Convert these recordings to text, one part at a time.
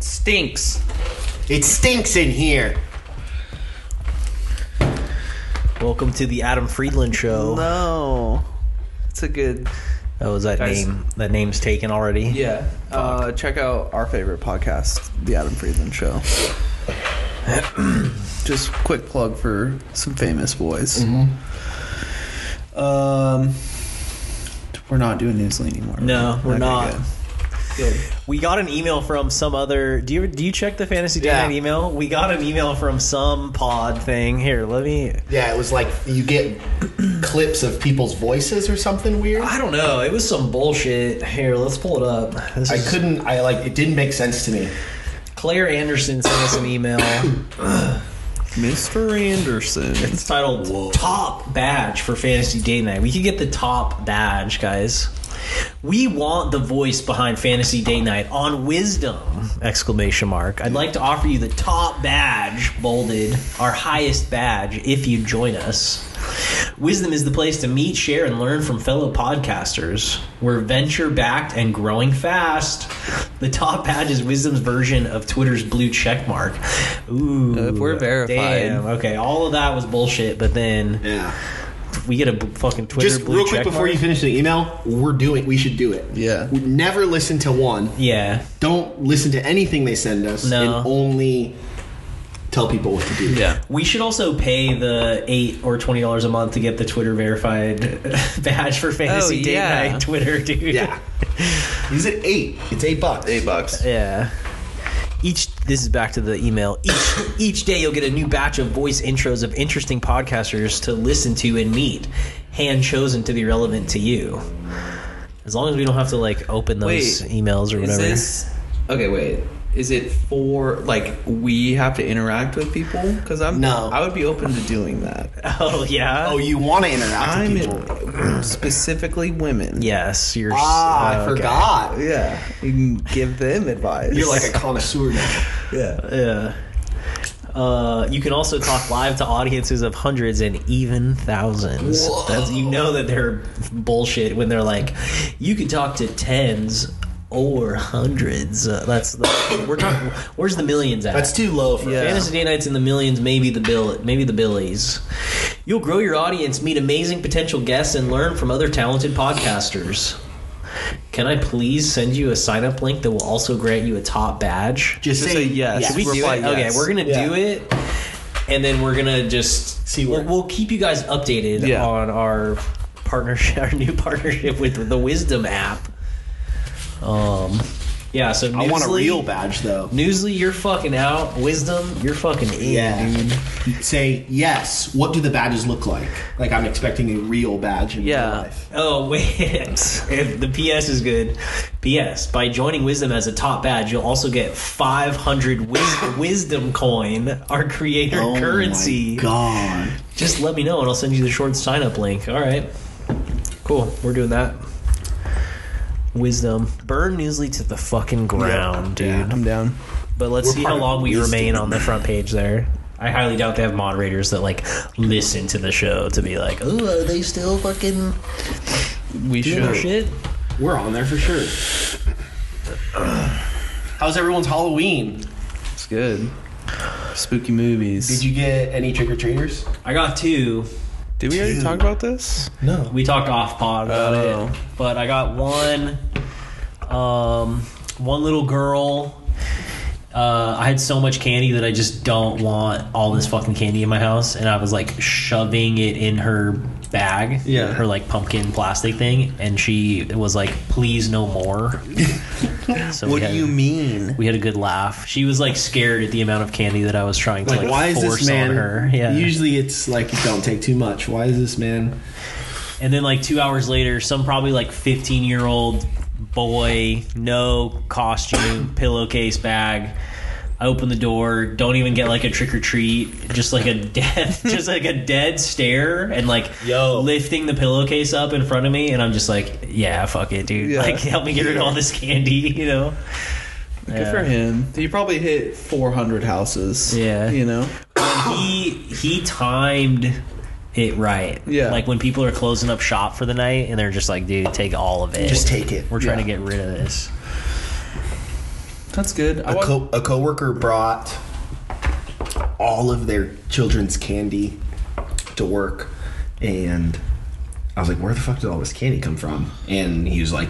Stinks. It stinks in here. Welcome to the Adam Friedland Show. No. It's a good. Oh, is that Guys. name? That name's taken already. Yeah. Uh, check out our favorite podcast, The Adam Friedland Show. Just quick plug for some famous boys. Um, we're not doing Newsly anymore. No, right? we're Okay, not. Good. Good. We got an email from some other. Do you do you check the fantasy Yeah. Dynamite email? We got an email from some pod thing. Here, let me. Yeah, it was like you get clips of people's voices or something weird. I don't know. It was some bullshit. Here, let's pull it up. This I is- couldn't. I like it didn't make sense to me. Claire Anderson sent us an email. Mr. Anderson. It's titled "Top Badge for Fantasy Date Night." We could get the top badge, guys. We want the voice behind Fantasy Date Night on Wisdom! Exclamation mark. I'd like to offer you the top badge, bolded, our highest badge, if you join us. Wisdom is the place to meet, share, and learn from fellow podcasters. We're venture backed and growing fast. The top badge is Wisdom's version of Twitter's blue check mark. Ooh. If Uh, we're verified. Damn, okay, all of that was bullshit, but then Yeah. we get a b- fucking Twitter Just blue real quick check before you mark. finish the email, we're doing. We should do it. Yeah. We never listen to one. Yeah, Don't listen to anything they send us. No. And only tell people what to do. Yeah. we should also pay the eight or twenty dollars a month to get the Twitter verified badge for fantasy Oh, date yeah. night Twitter, dude. Yeah. Is it eight? It's eight bucks. Eight bucks. Yeah. Each this is back to the email. Each each day you'll get a new batch of voice intros of interesting podcasters to listen to and meet, hand chosen to be relevant to you. As long as we don't have to like open those Wait, emails or Is whatever. this okay? Wait, is it for like we have to interact with people? Because I'm No. I would be open to doing that. oh yeah. Oh, you want to interact I'm with people? specifically women. Yes, you're. s- uh, Ah, I okay. forgot. yeah. You can give them advice. You're like a connoisseur now. yeah. Yeah. Uh, you can also talk live to audiences of hundreds and even thousands. Whoa. That's, you know that they're bullshit when they're like, you can talk to tens or hundreds. Uh, that's the, we're talking. Where's the millions at? That's too low for Yeah. Fantasy Day Night's in the millions, maybe the bill, maybe the Billies. You'll grow your audience, meet amazing potential guests, and learn from other talented podcasters. Can I please send you a sign up link that will also grant you a top badge? Just Just, say say yes. yes. Should we do reply it? yes. Okay, we're gonna Yeah. do it, and then we're gonna just See We'll, where- we'll keep you guys updated Yeah. on our partnership, our new partnership with the Wisdom app. Um, yeah. So Newsly, I want a real badge though. Newsly, you're fucking out. Wisdom, you're fucking in, Yeah. dude. Say yes. What do the badges look like? Like I'm expecting a real badge in Yeah. real life. Oh wait, if the PS is good. PS by joining Wisdom as a top badge, you'll also get 500 wis- Wisdom coin, our creator Oh my currency. God. Just let me know and I'll send you the short sign up link. All right. Cool. We're doing that. Wisdom. Burn Newsly to the fucking ground, dude. Yeah. I'm down. But let's We're see how part of long we Wisdom. remain on the front page there. I highly doubt they have moderators that like listen to the show to be like, oh, are they still fucking We doing their should. shit? We're on there for sure. How's everyone's Halloween? It's good. Spooky movies. Did you get any trick or treaters? I got two. Did we already talk about this? No. We talked off pod about Oh. it, but I got one, um, one little girl. Uh, I had so much candy that I just don't want all this fucking candy in my house, and I was like shoving it in her bag, Yeah. her like pumpkin plastic thing, and she was like, "Please, no more." so we What had- do you mean? We had a good laugh. She was like scared at the amount of candy that I was trying to like, Like, why is force this man? on her. Yeah. Usually it's like don't take too much. Why is this man? And then like two hours later, some probably like fifteen year old boy, no costume, pillowcase bag. I open the door, don't even get like a trick or treat, just like a dead, just like a dead stare, and like Yo. lifting the pillowcase up in front of me, and I'm just like, yeah, fuck it, dude, Yeah. like help me get rid of all this candy, you know. Good Yeah. for him. He probably hit 400 houses. Yeah. You know? when he he timed it right. Yeah. Like when people are closing up shop for the night and they're just like, dude, take all of it. Just take it. We're trying Yeah. to get rid of this. That's good. I A, walked- co- a coworker brought all of their children's candy to work, and I was like, "Where the fuck did all this candy come from?" And he was like,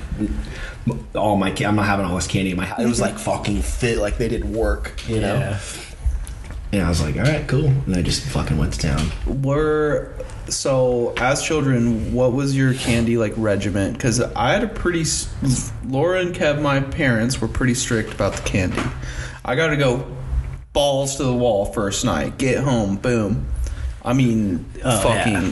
"M- "All my, ca- I'm not having all this candy in my house." It was like fucking fit, like they did work, you know. Yeah. And I was like, "All right, cool," and I just fucking went to town. were so as children what was your candy like regiment because i had a pretty s- laura and kev my parents were pretty strict about the candy i gotta go balls to the wall first night get home boom i mean Oh, fucking yeah.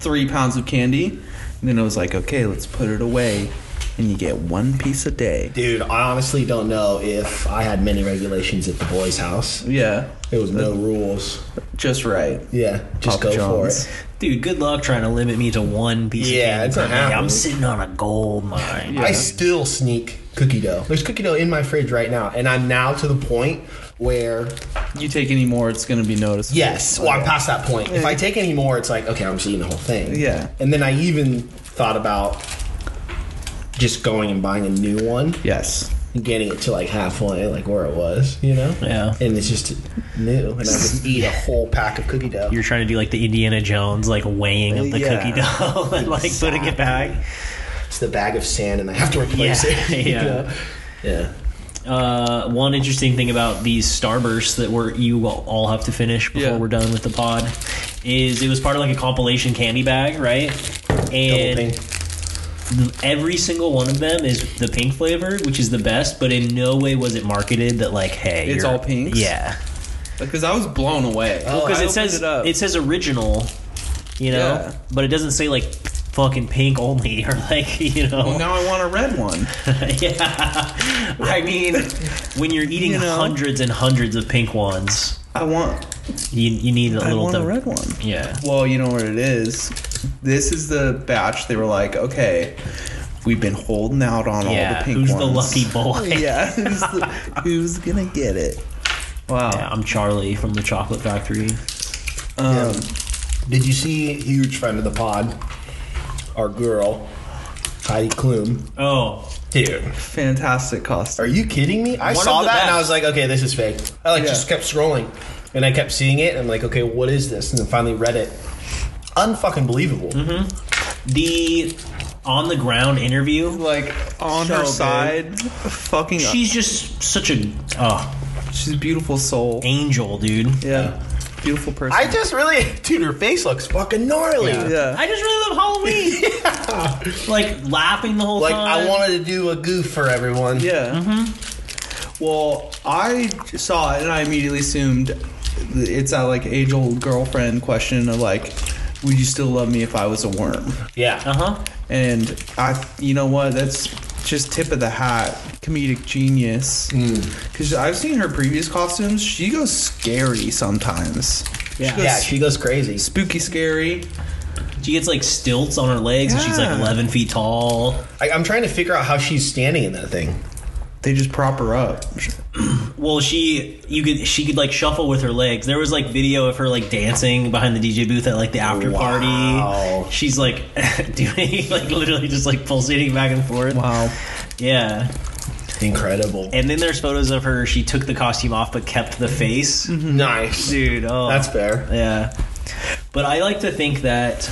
three pounds of candy and then i was like okay let's put it away and you get one piece a day Dude, I honestly don't know if I had many regulations at the boys' house. yeah It was no rules. just right Yeah, just Papa go John's. for it. Dude, good luck trying to limit me to one piece Yeah, of candy. it's not per day. I'm happening. sitting on a gold mine. Yeah. I still sneak cookie dough. There's cookie dough in my fridge right now, and I'm now to the point where you take any more it's gonna be noticed yes, well, I'm past that point. If I take any more, it's like okay, I'm just eating the whole thing. Yeah. and then I even thought about just going and buying a new one yes and getting it to like halfway, like where it was, you know. Yeah. and it's just new, and I just eat a whole pack of cookie dough. You're trying to do like the Indiana Jones, like weighing of the Yeah. cookie dough and like putting it back. It's the bag of sand, and I have to replace Yeah, it. you yeah. know? yeah. Uh, one interesting thing about these starbursts that we're you will all have to finish before Yeah. we're done with the pod is it was part of like a compilation candy bag, right? Double And pink. th- every single one of them is the pink flavor, which is the best. But in no way was it marketed that like, hey, It's you're- all pinks? Yeah, because i was blown away Oh, because I it says opened it, it up. says original, you know, Yeah. but it doesn't say like fucking pink only or like you know. Well, now I want a red one. yeah, I mean, when you're eating You know? hundreds and hundreds of pink ones, I want. you you need a I little. want a di- red one. Yeah. Well, you know what it is. This is the batch. They were like, okay, we've been holding out on all Yeah, the pink who's ones. the lucky boy? Yeah, who's, the, who's gonna get it? Wow. Yeah, I'm Charlie from the Chocolate Factory. Um, Did you see huge friend of the pod, our girl, Heidi Klum? Oh, Dude, Fantastic costume. are you kidding me? I One saw of that the and I best. was like, okay, this is fake. I like Yeah. just kept scrolling, and I kept seeing it, and I'm like, okay, what is this? And then finally read it. Unfucking believable. Mm-hmm. the on the ground interview. Like on So her good. side, fucking. She's just such a oh, she's a beautiful soul. angel, dude. Yeah, beautiful person. I just really, dude, her face looks fucking gnarly. yeah. I just really love Halloween. Like laughing the whole Like time. I wanted to do a goof for everyone. Yeah. Well, I saw it and I immediately assumed it's that like age old girlfriend question of like, would you still love me if I was a worm? yeah. Uh huh. And I, you know what? That's just tip of the hat, comedic genius. Because I've seen her previous costumes. She goes scary sometimes. Yeah. goes Yeah, she goes crazy. Spooky scary. She gets like stilts on her legs, and she's like Yeah. 11 feet tall. I, I'm trying to figure out how she's standing in that thing. They just prop her up. Well, she you could she could like shuffle with her legs. There was like video of her like dancing behind the DJ booth at like the after Wow. party. She's like doing like literally just like pulsating back and forth. Wow. Yeah. Incredible. And then there's photos of her. She took the costume off but kept the face. Mm. nice. Dude, oh, That's fair. Yeah. But I like to think that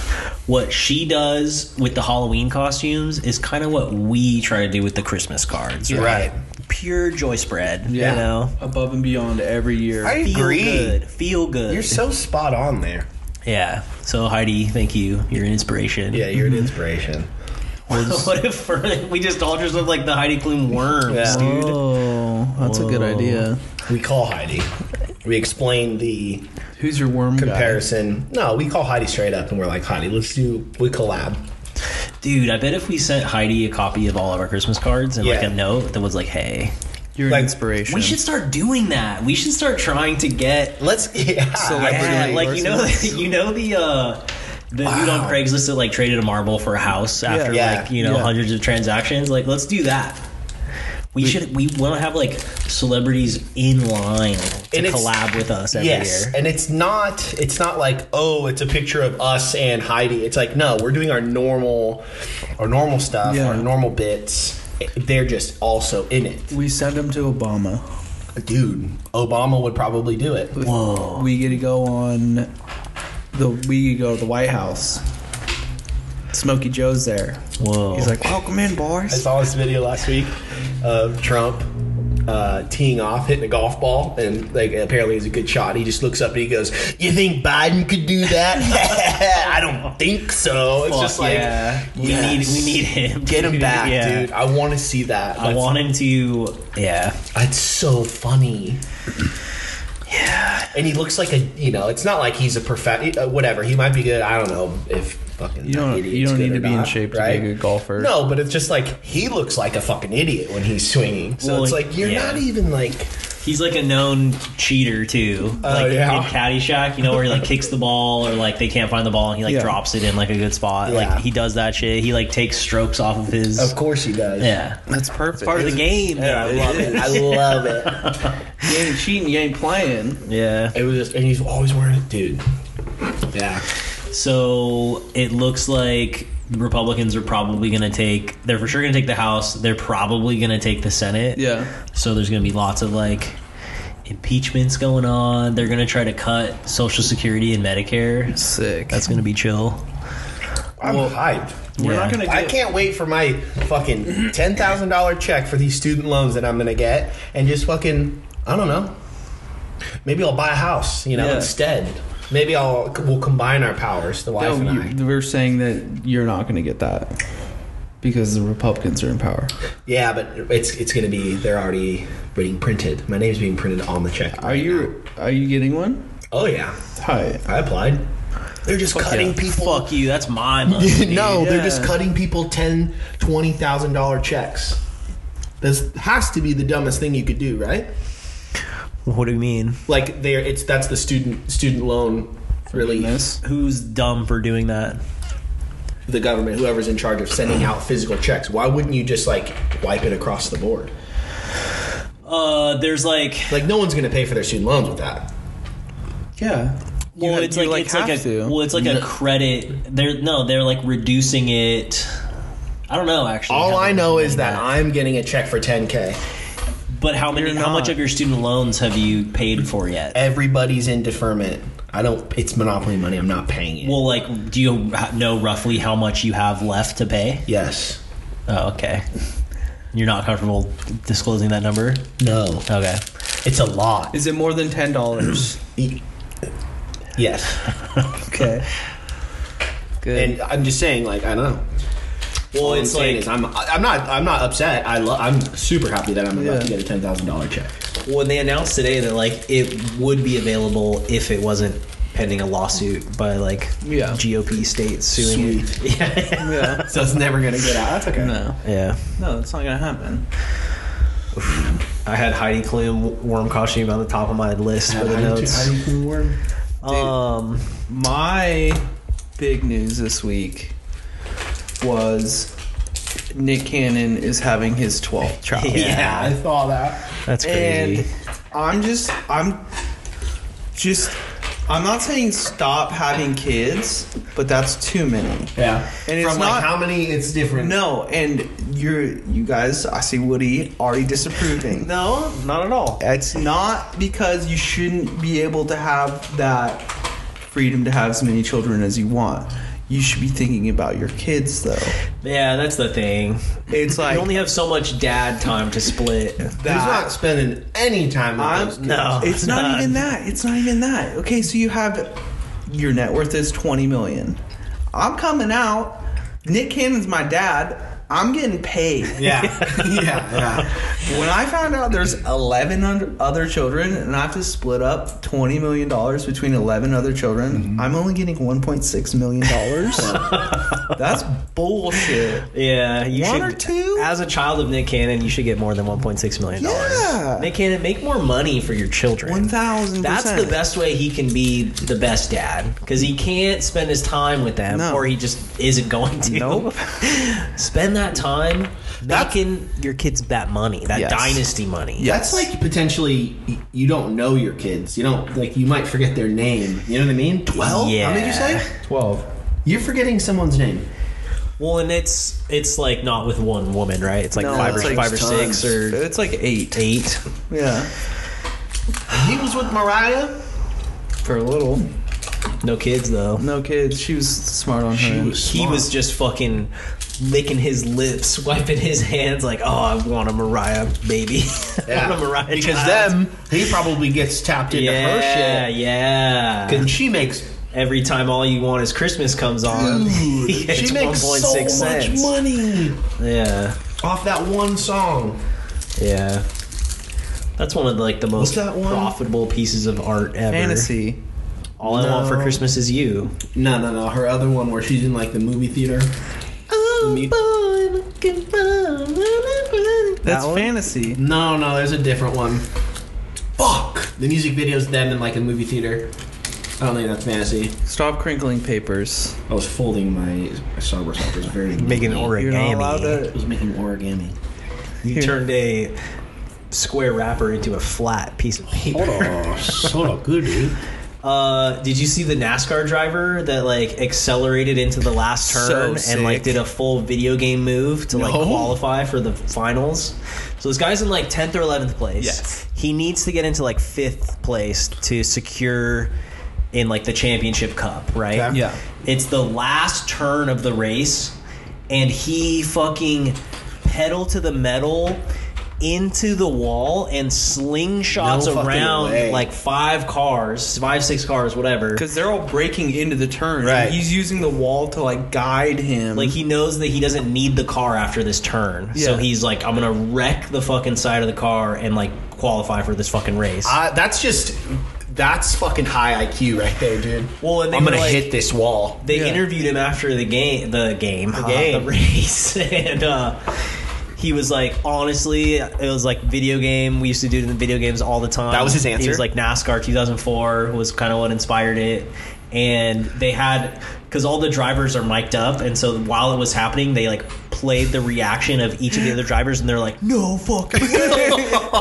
what she does with the Halloween costumes is kind of what we try to do with the Christmas cards. You're right. Pure joy spread. Yeah. You know? Above and beyond every year. I Feel agree. good. Feel good. You're so spot on there. yeah. So, Heidi, thank you. You're an inspiration. Yeah, you're an inspiration. what if we're- we just all just look like the Heidi Klum worms, Yeah. dude? oh, that's a good Whoa. idea. We call Heidi. We explain the Who's your worm guy? comparison. No, we call Heidi straight up, and we're like, Heidi, let's do we collab. Dude, I bet if we sent Heidi a copy of all of our Christmas cards and like Yeah. a note that was like, hey, You're an Like, inspiration. we should start doing that. We should start trying to get Let's yeah. Celebrity. I- Yeah, Really? like you know, Versus- you know the uh, the dude on Craigslist that like traded a marble for a house after Yeah. like you know Yeah. hundreds of transactions. Like, let's do that. We should. We want to have like celebrities in line to And it's- collab with us every Yes, year. and it's not it's not like oh it's a picture of us and Heidi. It's like no, we're doing our normal our normal stuff, Yeah. our normal bits. They're just also in it. We send him to Obama. Dude, Obama would probably do it. Whoa. We get to go on the we get to go to the White House. Smokey Joe's there. Whoa. He's like, welcome in, I boys. saw this video last week of Trump uh, teeing off, hitting a golf ball, and like apparently it's a good shot. He just looks up and he goes, "You think Biden could do that? I don't think so." It's Fuck just like yeah. We need- we need him. Get him back, Yeah. dude. I want to see that. I want him to. Yeah. It's so funny. Yeah, and he looks like a you know. It's not like he's a perfect uh, whatever. He might be good. I don't know if fucking You don't- that idiot's you don't good need or to be in not, shape to be a right? good golfer. No, but it's just like he looks like a fucking idiot when he's swinging. So Well, it's like, like you're yeah. not even like He's like a known cheater too. Like Oh, yeah. in Caddyshack, you know, where he like kicks the ball or like they can't find the ball and he like Yeah. drops it in like a good spot. Yeah. Like he does that shit. He like takes strokes off of his. Of course he does. Yeah. That's perfect. Part of the game. Yeah, I though. love it. I love it. You ain't cheating, you ain't playing. Yeah. It was just, and he's always wearing it, dude. Yeah. So it looks like the Republicans are probably going to take. They're for sure going to take the House. They're probably going to take the Senate. Yeah. So there's going to be lots of like impeachments going on. They're going to try to cut Social Security and Medicare. Sick. That's going to be chill. I'm Well, hyped. We're Yeah. not gonna get I can't wait for my fucking ten thousand dollar check for these student loans that I'm gonna get, and just fucking I don't know. Maybe I'll buy a house, you know, Yeah. instead. Maybe I'll we'll combine our powers, the wife No, and I. you, we're saying that you're not gonna get that. Because the Republicans are in power. Yeah, but it's it's gonna be they're already being printed. My name's being printed on the check. Are you are you getting one? Oh yeah, Hi. I applied. They're just cutting yeah. people. Fuck you. That's my money. no, they're just yeah. cutting people ten, twenty thousand dollar checks. This has to be the dumbest thing you could do, right? what do you mean? Like there, it's that's the student student loan relief. Forgiveness. Who's dumb for doing that? The government, whoever's in charge of sending out physical checks, why wouldn't you just like wipe it across the board? Uh, there's like Like no one's going to pay for their student loans with that. Yeah. You well, ha- it's you, like, it's have like a to. well, it's like a No. credit. They're no, they're like reducing it. I don't know actually. All how I they're know is doing that I'm getting a check for 10k. But how many? You're How much not. of your student loans have you paid for yet? Everybody's in deferment. I don't. It's monopoly money. I'm not paying it. Well, like, do you h- know roughly how much you have left to pay? yes. Oh, okay. You're not comfortable disclosing that number. No. Okay. It's a lot. E, Is it more than ten dollars? yes. okay. Good. And I'm just saying, like, I don't know. Well, it's it's like like- is I'm I'm not I'm not upset. I lo- I'm super happy that I'm about to Yeah. get a ten thousand dollar check. When they announced today that like it would be available if it wasn't pending a lawsuit by like Yeah. GOP states suing Sweet. it. yeah. So it's never gonna get out. That's okay. No. yeah. No, that's not gonna happen. I had Heidi Klum worm costume on the top of my list for How do the you- how notes. do you clean worm? Um, My big news this week was Nick Cannon is having his 12th child. Yeah. Yeah, I saw that. that's crazy. And I'm just I'm just I'm not saying stop having kids, but that's too many. Yeah, And it's from not- like how many? It's different. No, and you're you guys, I see Woody already disapproving. no, not at all. It's not because you shouldn't be able to have that freedom to have as many children as you want. You should be thinking about your kids though. Yeah, that's the thing. It's like you only have so much dad time to split. he's that- not spending any time with I'm- those kids. No. It's not None. even that. It's not even that. Okay, so you have your net worth is 20 million. I'm coming out. Nick Cannon's my dad. I'm getting paid. Yeah, yeah, yeah. When I found out there's 11 under- other children and I have to split up 20 million dollars between 11 other children, I'm only getting 1.6 million dollars. That's bullshit. Yeah, you One should, or two? As a child of Nick Cannon, you should get more than one point six million dollars. Yeah. Nick Cannon, make more money for your children. 1000%. That's the best way he can be the best dad because he can't spend his time with them, No. or he just isn't going to. Nope. spend that time That's- making your kids that money, that Yes. dynasty money. Yes. That's like potentially y- you don't know your kids. You don't like you might forget their name. You know what I mean? Twelve? How many did you Yeah. say? Twelve. You're forgetting someone's name. Well, and it's it's like not with one woman, right? It's like No, five or it's like five or tons. six or It's like eight. eight Yeah. He was with Mariah. For a little. No kids though. No kids. She was smart on her. She end. was Hmm. He was just fucking licking his lips, wiping his hands, like, "Oh, I want a Mariah baby, I want a Mariah." because child." them he probably gets tapped into her yeah, shit. yeah. And she makes Every time all you want is Christmas comes on, he gets she makes so 1.6 much cents. money Yeah, off that one song. yeah. That's one of like the What's most that one? profitable pieces of art ever. Fantasy. All I want for No. Christmas is you. No, no, no. Her other one where she's in like the movie theater. Me- That's one? fantasy. No, no. There's a different one. Fuck. The music video's them in like a movie theater. I don't think that's fantasy. Stop crinkling papers. I was folding my Starburst offers very. Making neatly. You're not origami. allowed I to. was making origami. You Here. turned a square wrapper into a flat piece of paper. on, hold on, good dude. Uh, did you see the NASCAR driver that like accelerated into the last So turn and like sick. did a full video game move to like No. qualify for the finals? So this guy's in like tenth or eleventh place. Yes. he needs to get into like fifth place to secure in like the championship cup, right? Okay. Yeah. It's the last turn of the race, and he fucking pedal to the metal into the wall and slingshots No fucking around way. like five cars, five, six cars, whatever. Because they're all breaking into the turn. Right. He's using the wall to like guide him. Like he knows that he doesn't need the car after this turn. So Yeah. he's like, I'm gonna wreck the fucking side of the car and like qualify for this fucking race. Uh, that's just that's fucking high IQ right there, dude. Well, and they I'm gonna were like- hit this wall. they Yeah. interviewed him after the game, the game, the, game. the race, and uh, he was like, honestly, it was like video game. We used to do it in the video games all the time. That was his He answer? was like NASCAR 2004 was kind of what inspired it, and they had because all the drivers are mic'd up, and so while it was happening, they like played the reaction of each of the other drivers, and they're like, no fucking, way." they're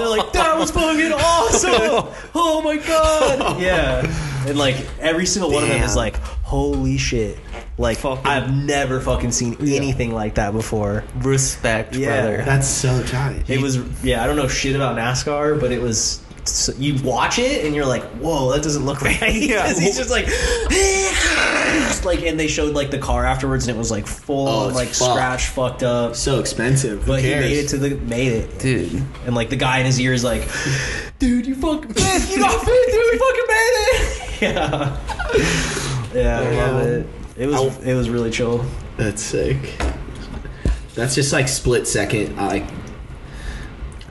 like, that was fucking awesome. Oh my god, yeah, and like every single one of them is Damn. like holy shit like i've never fucking seen anything like that before respect, Yeah. brother. That's so tight. it was yeah i don't know shit about nascar but it was so you watch it and you're like whoa that doesn't look right yeah he's just like just like and they showed like the car afterwards and it was like full Oh, on, it's like fucked. scratch fucked up so expensive. Who but he cares? made it to the made it Dude. and like the guy in his ear is like dude you fucking you got fifth dude you fucking made it yeah yeah i love it it was it was really chill That's sick. That's just like split second. I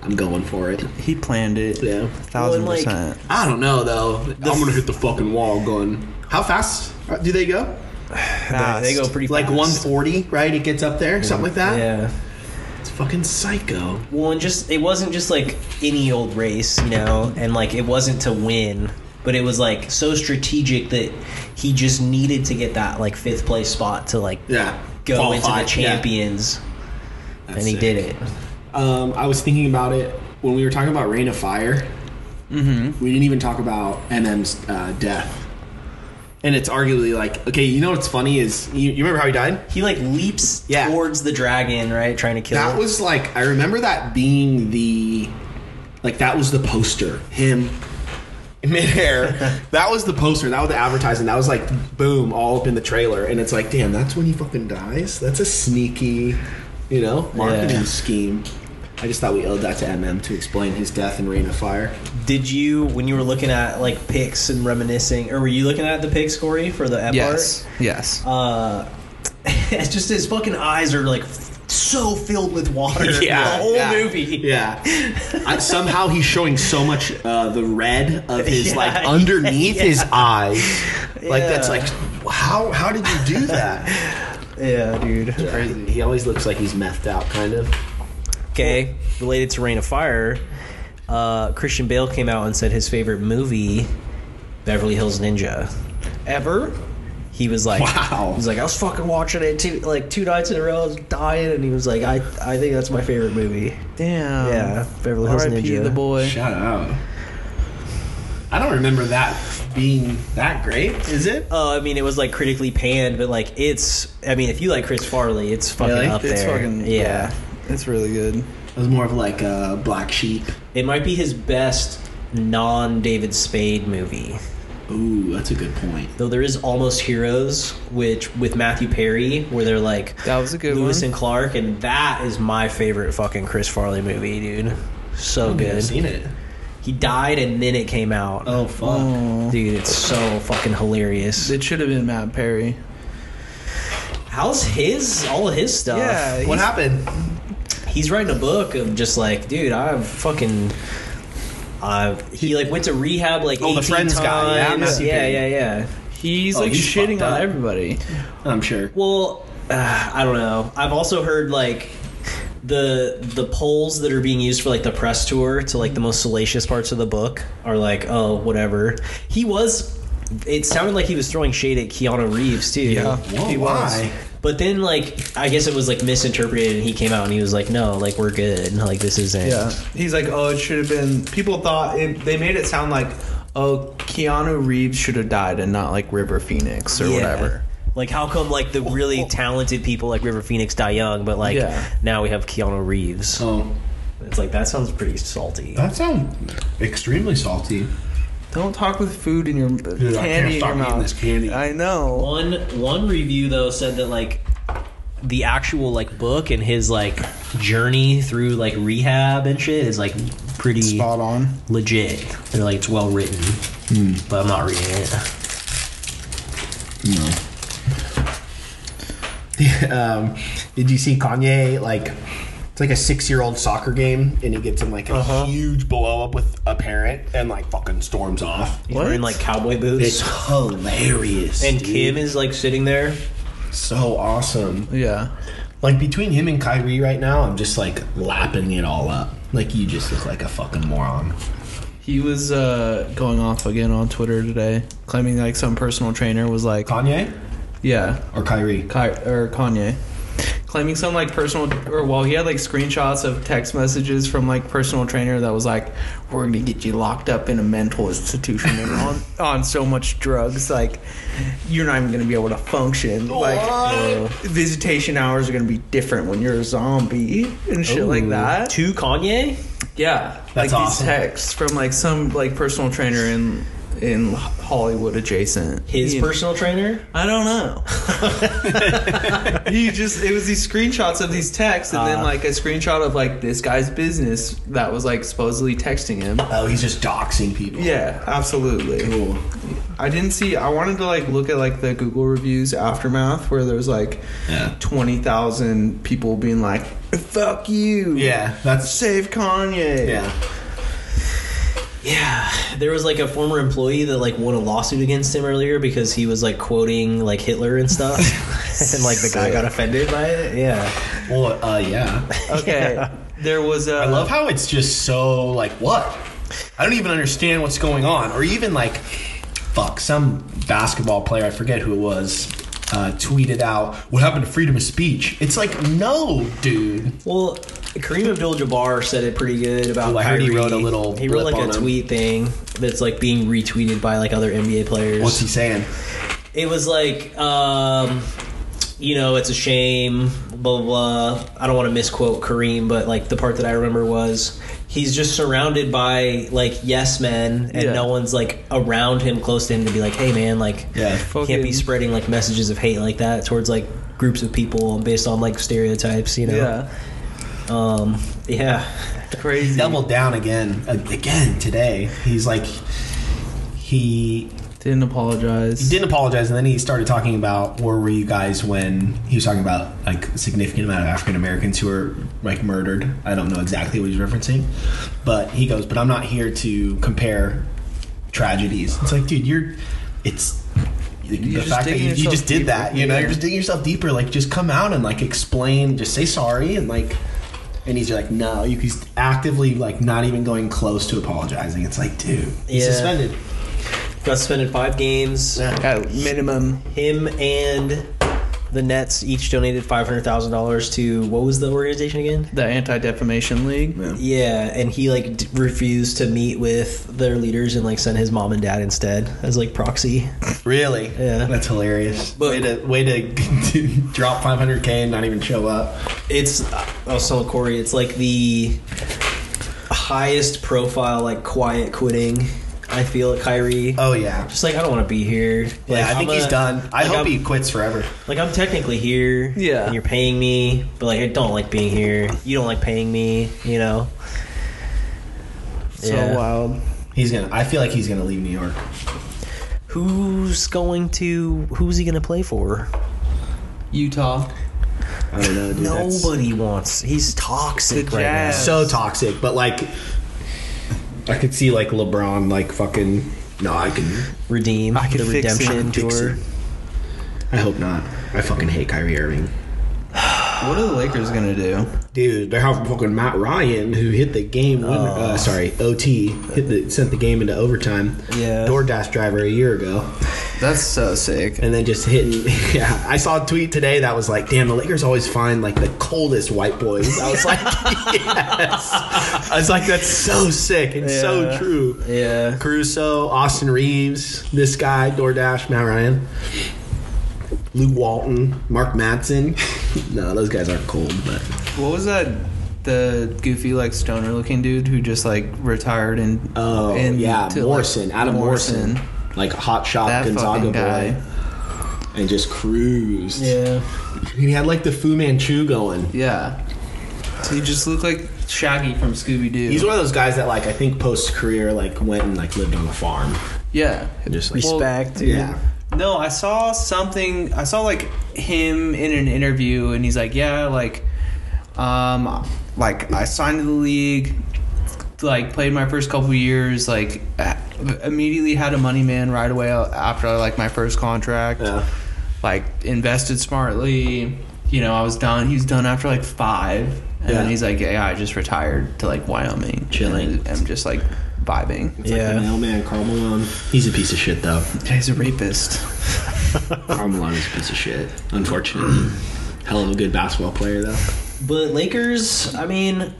I'm going for it. He planned it. Yeah. A thousand Well, and, like, percent. I don't know though. I'm gonna hit the fucking wall. Going. How fast do they go? They, they go pretty Like fast. 140, right? It gets up there, something like that. Yeah. It's fucking psycho. Well, and just it wasn't just like any old race, you know, and like it wasn't to win, but it was like so strategic that he just needed to get that like fifth place spot to like Yeah. go Qualify, into the yeah. champions, That's and he sick. did it. Um, I was thinking about it when we were talking about Rain of Fire. Mm-hmm. We didn't even talk about NM's uh, death. And it's arguably like, okay, you know what's funny is you, you remember how he died? He like leaps Yeah. towards the dragon, right, trying to kill. That it. was like I remember that being the like that was the poster. Him in midair. that was the poster. That was the advertising. That was like boom, all up in the trailer. And it's like, damn, that's when he fucking dies. That's a sneaky, you know, marketing Yeah. scheme. I just thought we owed that to MM to explain his death in Rain of Fire. Did you when you were looking at like picks and reminiscing, or were you looking at the picks, Corey, for the F Yes. Yes. uh, it's just his fucking eyes are like f- so filled with water. the whole yeah, movie. Yeah. I, somehow he's showing so much uh, the red of his Yeah, like underneath yeah. his eyes. Like that's Yeah. like how how did you do that? Yeah, dude. Crazy. He always looks like he's methed out, kind of. Okay, related to Rain of Fire, uh, Christian Bale came out and said his favorite movie, Beverly Hills Ninja. Ever? He was like, Wow. He was like, I was fucking watching it two, like two nights in a row. I was dying, and he was like, I, I think that's my favorite movie. Damn. Yeah, Beverly Hills R.I.P. Ninja. the boy. Shout out. I don't remember that being that great. Is it? Oh, I mean, it was like critically panned, but like it's. I mean, if you like Chris Farley, it's fucking Really? up It's there. fucking yeah. It's really good. It was more of like a black sheep. it might be his best non-David Spade movie. Ooh, that's a good point. Though there is Almost Heroes, which with Matthew Perry, where they're like That was a good Lewis one. and Clark, and that is my favorite fucking Chris Farley movie, dude. So I've good. seen it. He died, and then it came out. Oh fuck. Oh. Dude, it's so fucking hilarious. It should have been Matt Perry. How's his all of his stuff? Yeah. what Uh, he's- happened? he's writing a book of just like, dude, I've fucking. Uh, he like went to rehab like Oh, 18 the Friends times. guy, yeah, Matthew yeah, Perry. yeah, yeah. He's Oh, like he's shitting fucked on up. everybody. I'm sure. Well, uh, I don't know. I've also heard like the the polls that are being used for like the press tour to like the most salacious parts of the book are like, oh, whatever. He was. It sounded like he was throwing shade at Keanu Reeves too. Yeah. Whoa, He was. why? But then, like, I guess it was like misinterpreted, and he came out and he was like, "No, like we're good. Like this isn't." Yeah. He's like, oh, it should have been. People thought it, they made it sound like, oh, Keanu Reeves should have died and not like River Phoenix or Yeah. whatever. Like, how come like the really talented people like River Phoenix die young, but like Yeah. now we have Keanu Reeves? Oh, It's like that sounds pretty salty. that sounds extremely salty. Don't talk with food in your I Dude, can't candy. stop in your eating mouth. this candy. I know. One one review though said that like the actual like book and his like journey through like rehab and shit is like pretty on. legit. They're like it's well written, but I'm not reading it. um, did you see Kanye like? It's like a six-year-old soccer game, and he gets in like a huge blow-up with a parent, and like fucking storms off. He's What? Wearing like cowboy It's boots, hilarious. and dude. Kim is like sitting there. so awesome. Yeah. Like between him and Kyrie right now, I'm just like lapping it all up. Like you just look like a fucking moron. He was uh, going off again on Twitter today, claiming like some personal trainer was like, Kanye yeah, or Kyrie? Ky- or Kanye, claiming some like personal or well, he had like screenshots of text messages from like personal trainer that was like, "We're gonna get you locked up in a mental institution and on on so much drugs, like you're not even gonna be able to function. Like What? visitation hours are gonna be different when you're a zombie and shit like Ooh. that." to Kanye. Yeah, like That's these awesome. texts from like some like personal trainer in in Hollywood adjacent. His You- personal trainer. I don't know. he just it was these screenshots of these texts and then Ah. like a screenshot of like this guy's business that was like supposedly texting him. Oh, he's just doxing people. Yeah, absolutely. Cool. I didn't see I wanted to like look at like the Google reviews aftermath where there was like Yeah. 20,000 people being like fuck you. Yeah, that's Save Kanye. yeah. Yeah, there was like a former employee that like won a lawsuit against him earlier because he was like quoting like Hitler and stuff, and like the guy got offended by it. Yeah, Well, uh, yeah. Okay. There was a I love how it's just so like what? I don't even understand what's going on, or even like, fuck, some basketball player I forget who it was uh, tweeted out what happened to freedom of speech. It's like no, dude. well, Kareem Abdul-Jabbar said it pretty good about. Ooh, I heard he Kyrie. wrote a little He wrote blip like on a him. tweet thing that's like being retweeted by like other NBA players. What's he saying? it was like um you know it's a shame blah blah, blah. i don't want to misquote kareem but like the part that i remember was he's just surrounded by like yes men and Yeah. no one's like around him close to him to be like hey man like Yeah, you can't Fucking- be spreading like messages of hate like that towards like groups of people based on like stereotypes you know Yeah. um yeah Crazy. doubled down again, a- again today. He's like, he Didn't apologize. didn't apologize, and then he started talking about where were you guys when he was talking about like a significant amount of African Americans who were like murdered. I don't know exactly what he's referencing, but he goes, "But I'm not here to compare tragedies." It's like, dude, you're it's. the just fact that digging you, you yourself just did deeper. that, you know, Yeah. you're just digging yourself deeper. Like, just come out and like explain, just say sorry, and like, and he's like, no, you he's actively like not even going close to apologizing. It's like, dude, he's Yeah. suspended. got suspended five games Yeah. At minimum. him and The Nets each donated five hundred thousand dollars to what was the organization again? The Anti Defamation League. Yeah, and he like d- refused to meet with their leaders and like sent his mom and dad instead as like proxy. Really? Yeah. That's hilarious. But- way to way to drop 500k and not even show up. It's I was telling Corey, it's like the highest profile like quiet quitting. I feel at Kyrie. Oh yeah. Just like I don't want to be here. Like, yeah, I I'm think he's a- done. I like, hope I'm- he quits forever. Like I'm technically here. Yeah. And you're paying me, but like I don't like being here. You don't like paying me, you know. So uh, Yeah. Um, wild. He's gonna. I feel like he's gonna leave New York. Who's going to who's he gonna play for? Utah. I don't know. Dude, that's Nobody wants he's toxic The right now. Jazz. so toxic. But like, I could see like LeBron like fucking. No, I can. Redeem I could the fix it. redemption I could fix tour. it. I hope not. I fucking hate Kyrie Irving. What are the Lakers gonna do? Dude, they have fucking Matt Ryan who hit the game winner. Uh, sorry, OT hit the, sent the game into overtime. Yeah. DoorDash driver a year ago, That's so sick. and then just hitting. Yeah, I saw a tweet today that was like, "Damn, the Lakers always find like the coldest white boys." I was like, "Yes," I was like, "That's so sick and so Yeah. true." Yeah. Caruso, Austin Reeves, this guy, DoorDash, Matt Ryan, Luke Walton, Mark Matson. no, those guys aren't cold, but What was that? The goofy like stoner looking dude who just like retired and oh and yeah, to, like, Morrison, Adam Morrison, like hot shot that Gonzaga fucking boy, guy. and just cruised. Yeah. He had like the Fu Manchu going. Yeah. So he just looked like Shaggy from Scooby Doo. He's one of those guys that like I think post career like went and like lived on a farm. Yeah. Just like- Respect, dude. yeah. No, I saw something. I saw like him in an interview, and he's like, "Yeah, like, um, like I signed to the league, like played my first couple years, like uh, immediately had a money man right away after like my first contract, Yeah. like invested smartly. You know, I was done. He was done after like five, and then Yeah. he's like, "Yeah, I just retired to like Wyoming, Chilling. And I'm just like vibing. It's like the Yeah. mailman Carl Malone. He's a piece of shit though. He's a rapist. Carl Malone is a piece of shit, unfortunately. Hell of a good basketball player, though. But Lakers, I mean,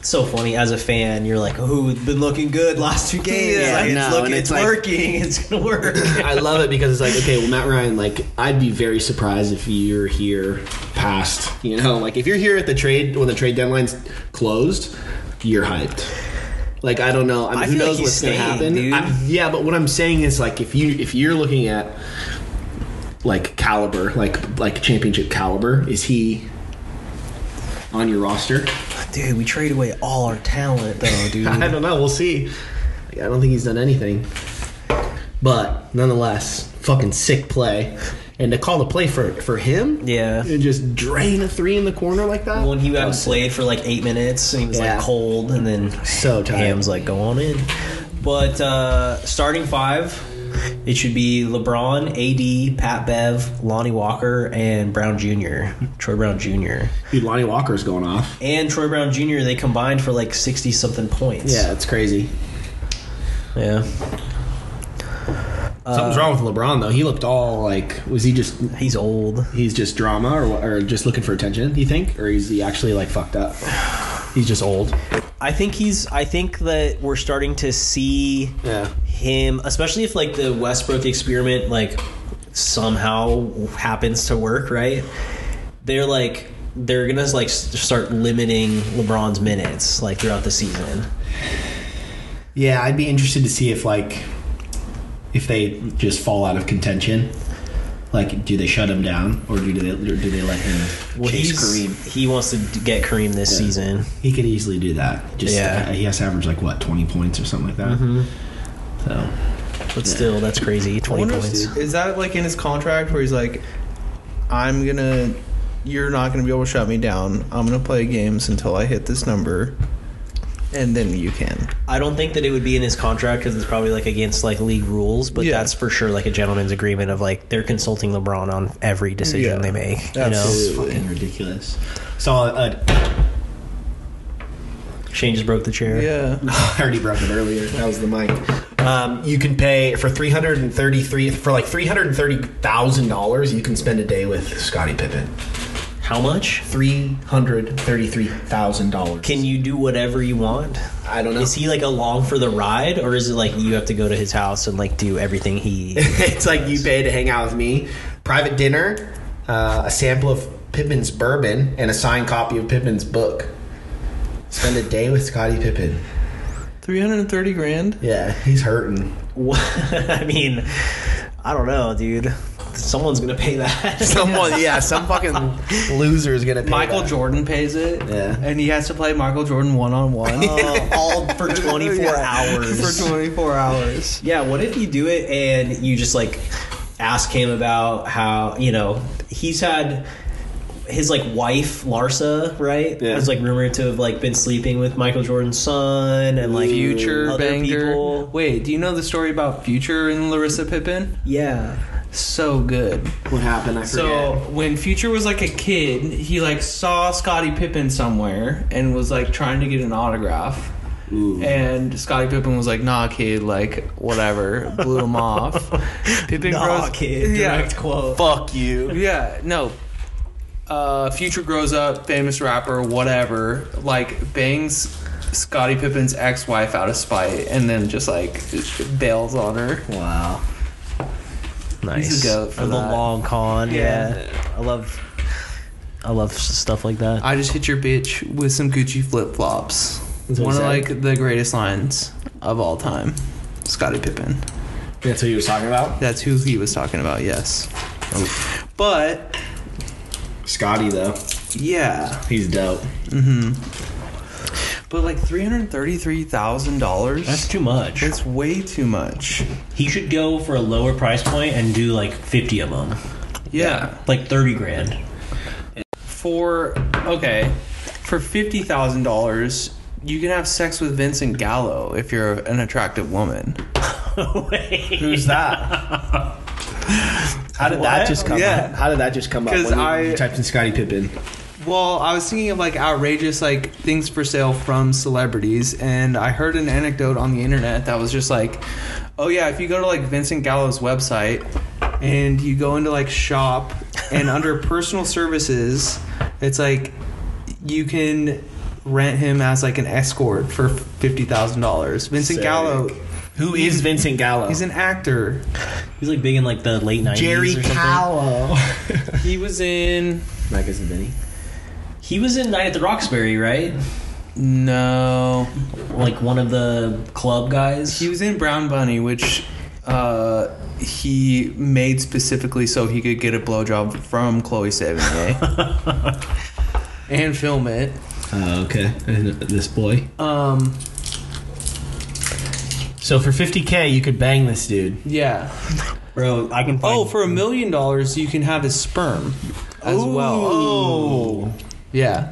it's so funny as a fan. You're like, "Oh, it's been looking good last two games. Yeah, like, I know, it's looking, and it's it's, like- working. It's gonna work." I love it because it's like, okay, well, Matt Ryan, like, I'd be very surprised if you're here past, you know, like, if you're here at the trade when the trade deadline's closed, you're hyped. Like, I don't know. I mean, I who feel like knows he's what's going to happen? staying, dude. I- yeah, but what I'm saying is, like, if you if you're looking at like caliber, like like championship caliber, is he on your roster? dude, we trade away all our talent, though, I dude. don't know. We'll see. Like, I don't think he's done anything. But nonetheless, fucking sick play. And to call the play for for him yeah. and just drain a three in the corner like that. When he That got was played for like eight minutes, and he was Yeah. like cold, and then So tight. Ham's like, "Go on in." But uh, starting five, it should be LeBron, AD, Pat Bev, Lonnie Walker, and Brown Jr. Troy Brown Jr. sick. Dude, Lonnie Walker's going off. and Troy Brown Jr. They combined for like sixty something points. Yeah, it's crazy. yeah. Something's wrong with LeBron though. He looked all like was he just He's old. he's just drama or what- or just looking for attention? Do you think, or is he actually like fucked up? He's just old. I think he's. I think that we're starting to see Yeah. him, especially if like the Westbrook experiment like somehow happens to work. Right? They're like they're gonna like s- start limiting LeBron's minutes like throughout the season. Yeah, I'd be interested to see if like if they just fall out of contention. Like, do they shut him down, or do they or do they let him Well, chase he's- Kareem? He wants to d- get Kareem this season. He could easily do that. Just uh, Yeah. he has to average like what twenty points or something like that. So But still, that's crazy. I Twenty wonder points. if- Is that like in his contract where he's like, I'm gonna, you're not gonna be able to shut me down. I'm gonna play games until I hit this number, and then you can. I don't think that it would be in his contract because it's probably like against like league rules, but Yeah. that's for sure like a gentleman's agreement of like they're consulting LeBron on every decision Yeah. they make. Absolutely. You it's fucking ridiculous. Saw uh, know, Shane just broke the chair. Yeah. I already broke it earlier. That was the mic. Um, you can pay for three hundred and thirty-three for like three hundred and thirty thousand dollars. You can spend a day with Scottie Pippen. How much? Three hundred thirty-three thousand dollars. Can you do whatever you want? I don't know. Is he like along for the ride, or is it like you have to go to his house and like do everything he? it's like you pay to hang out with me. Private dinner, uh, a sample of Pippin's bourbon, and a signed copy of Pippin's book. Spend a day with Scottie Pippen. Three hundred and thirty grand. Yeah, he's hurting. Wha- I mean, I don't know, dude. Someone's gonna pay that. Someone, yeah, some fucking loser is gonna pay Michael that. Jordan pays it, Yeah. and he has to play Michael Jordan one on one Oh, all for 24 hours. for twenty four hours. Yeah, what if you do it and you just like ask him about how, you know, he's had his like wife Larsa, right? Yeah. Was like rumored to have like been sleeping with Michael Jordan's son and like Future other banger. people. Wait, do you know the story about Future and Larissa Pippen? Yeah. So good. What happened? I forget. So when Future was like a kid, he like saw Scottie Pippen somewhere and was like trying to get an autograph. Ooh. And Scottie Pippen was like, "Nah, kid, like whatever." Blew him off. Pippen Nah, grows, kid. Yeah. Direct quote. fuck you. Yeah, no. Uh, Future grows up, famous rapper, whatever. Like bangs Scottie Pippen's ex-wife out of spite, and then just like bails on her. Wow. Nice. He's a goat for the that. long con. Yeah. Yeah. I love I love s- stuff like Ah, that. I just hit your bitch with some Gucci flip flops. That's what One he of said. like the greatest lines of all time. Scottie Pippen. That's what you were talking about, That's who he was talking about. Yes, but Scotty. Though yeah, he's dope. but like three hundred thirty-three thousand That's dollars. too much. It's way too much. He should go for a lower price point and do like 50 of them. Yeah, Like 30 grand. for okay, for fifty thousand dollars, you can have sex with Vincent Gallo if you're an attractive woman. Wait. Who's that? How did that What? just come? Yeah. up? How did that just come up? 'Cause when you- I- you typed in Scotty Pippen. Well, I was thinking of like outrageous like things for sale from celebrities, and I heard an anecdote on the internet that was just like, oh yeah, if you go to like Vincent Gallo's website and you go into like shop and under personal services, it's like you can rent him as like an escort for fifty thousand dollars. Vincent Sick. Gallo, Who is Vincent Gallo? Oh. he's an actor. He's like big in like the late 90s. or Jerry something. Callow. He was in Mike isn't Vinny. He was in Night at the Roxbury, right? no, Like one of the club guys. He was in Brown Bunny, which uh, he made specifically so he could get a blowjob from Chloe Sevigny and film it. Oh, okay. This boy. Um, So for 50k, you could bang this dude. yeah. Bro, I can Oh, for a million dollars, you can have his sperm as well. Oh, Yeah.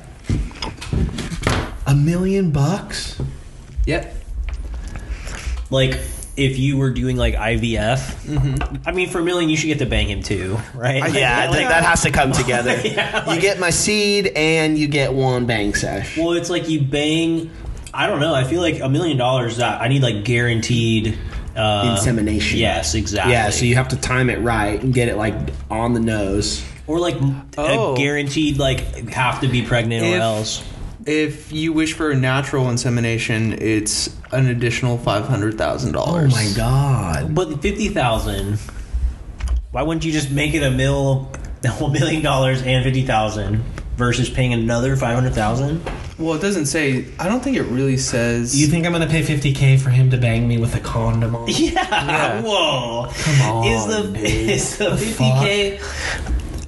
a million bucks. Yep. like if you were doing like IVF. Mm-hmm. I mean, for a million, you should get to bang him too, right? Like, Yeah, I think that has to come together. Yeah, you get my seed and you get one bang sesh. Well, it's like you bang. I don't know. I feel like a million dollars. I I need like guaranteed uh, Insemination. Yes, exactly. Yeah, so you have to time it right and get it like on the nose. or like Oh. a guaranteed like have to be pregnant or If- else. If you wish for a natural insemination, it's an additional five hundred thousand Oh dollars. my god. But fifty thousand. Why wouldn't you just make it a mil, a whole million dollars and fifty thousand versus paying another five hundred thousand? Well, it doesn't say. I don't think it really says. think I'm gonna pay 50k for him to bang me with a condom on? Yeah. Whoa. Come on, Is the dude. is the fifty k?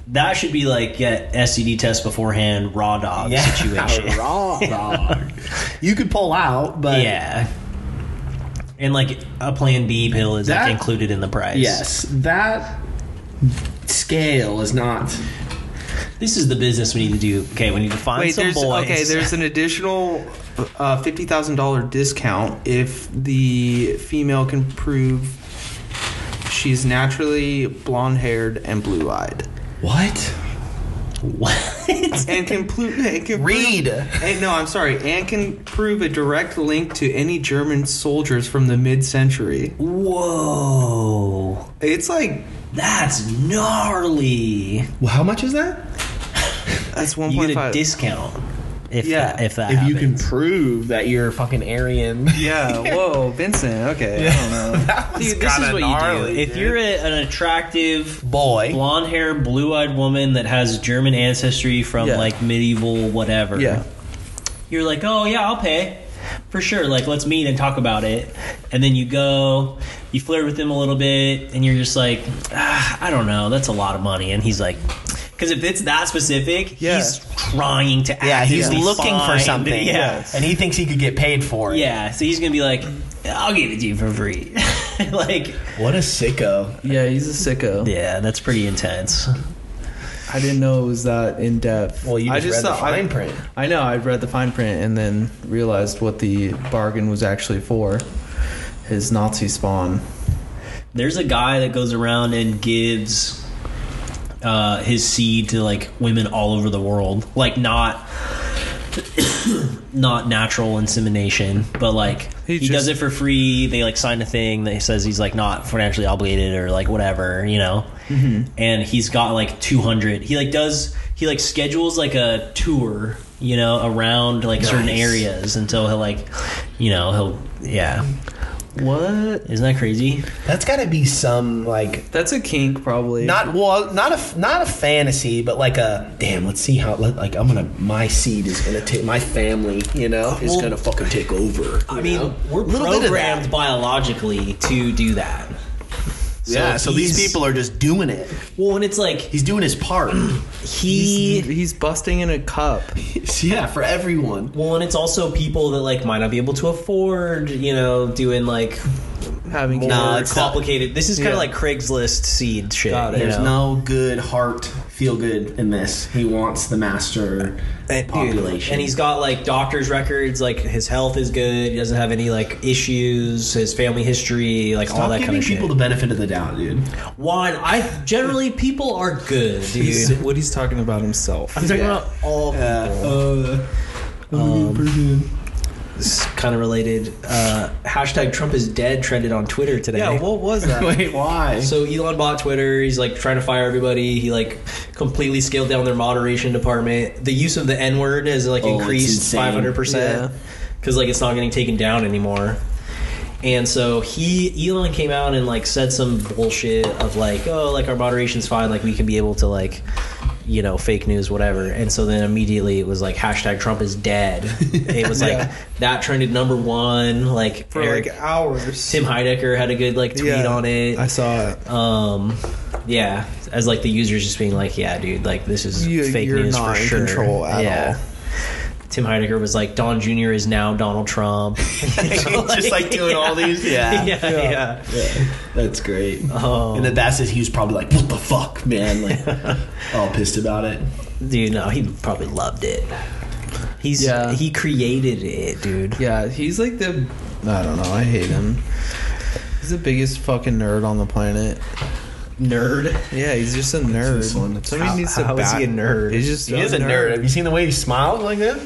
That should be like get STD test beforehand, raw dog situation. raw dog. You could pull out, but Yeah. And like a plan B pill is That- like included in the price. yes, that scale is not. This is the business we need to do. Okay, we need to find Wait, some there's boys. okay. There's an additional uh, fifty thousand dollar discount if the female can prove she's naturally blonde haired and blue eyed. What? What? and can plu- and can Read. prove- and- no, I'm sorry. And can prove a direct link to any German soldiers from the mid-century. Whoa. It's like That's gnarly. Well, how much is that? that's You get a 1.5. discount if Yeah, that, if that if you can happens. prove that you're fucking Aryan. yeah. Whoa, Vincent. Okay. I don't know. Dude, this is what gnarly. If you're a, an attractive Boy. blonde haired, blue eyed woman that has German ancestry from Yeah. like medieval whatever. Yeah. You're like, oh yeah, I'll pay. For sure. Like, let's meet and talk about it. And then you go, you flirt with him a little bit, and you're just like, ah, I don't know, that's a lot of money. And he's like, because if it's that specific, Yeah. he's trying to Yeah, he's actively looking for find- something. Yeah. And he thinks he could get paid for it. Yeah. So he's going to be like, I'll give it to you for free. like, What a sicko. Yeah, he's a sicko. yeah, that's pretty intense. I didn't know it was that in depth. Well, you I just read the thought- I- fine print. I know. I read the fine print and then realized what the bargain was actually for. His Nazi spawn. There's a guy that goes around and gives uh, his seed to like women all over the world, like not not natural insemination, but like He he, does just- it for free. They like sign a thing that says he's like not financially obligated or like whatever, you know. And he's got like 200. He like does he like schedules like a tour, you know, around like certain Nice. areas until he'll like, you know, he'll yeah. What? Isn't that crazy? That's got to be some like That's a kink, probably. not well, not a not a fantasy, but like a damn. Let's see how let, like I'm gonna my seed is gonna take my family. You know is Well, gonna fucking take over. I you mean, know? we're Little bit of that. programmed biologically to do that. yeah, so these he's- people are just doing it. Well, and it's like He's doing his part. he. He's, he's busting in a cup. yeah, for everyone. Well, and it's also people that like might not be able to afford, you know, doing like Having Nah, more it's not- complicated. This is kind Yeah. of like Craigslist seed shit. Got it. you There's know? no good heart feel good in this. He wants the master And- population, And he's got like doctor's records, like his health is good, he doesn't have any like issues, his family history, like Stop all that giving kind of people shit. the benefit of the doubt, dude. One, I generally people are good, He's, dude. what he's talking about himself. I'm talking Yeah. about all people. Uh, kind of related. Uh, hashtag Trump is dead trended on Twitter today. Yeah, what was that? Wait, why? so Elon bought Twitter. He's like trying to fire everybody. He like completely scaled down their moderation department. The use of the N word has like Oh, it's increased insane. five hundred Yeah. percent because like it's not getting taken down anymore. And so he Elon came out and like said some bullshit of like oh like our moderation's fine like we can be able to like you know fake news whatever. And so then immediately it was like hashtag Trump is dead. It was Yeah. like that trended number one like For Eric- like hours. Tim Heidecker had a good like tweet Yeah, on it. I saw it. um, yeah, as like the users just being like, "Yeah, dude, like this is You- fake you're news not for in sure." control at yeah. all. Tim Heidecker was like, "Don Jr. is now Donald Trump." Just, like, doing all these? Yeah. yeah, Yeah. yeah. Yeah, Oh. that's great. Um, and the best is he was probably like, "What the fuck, man!" Like, all pissed about it. Dude, no, he probably loved it. He's Yeah. he created it, dude. Yeah, he's like the. I don't know. I hate him. He's the biggest fucking nerd on the planet. Nerd. Yeah, he's just a nerd. this one? Somebody How- needs to how is back- he a nerd? He's just you seen the way he smiled like that?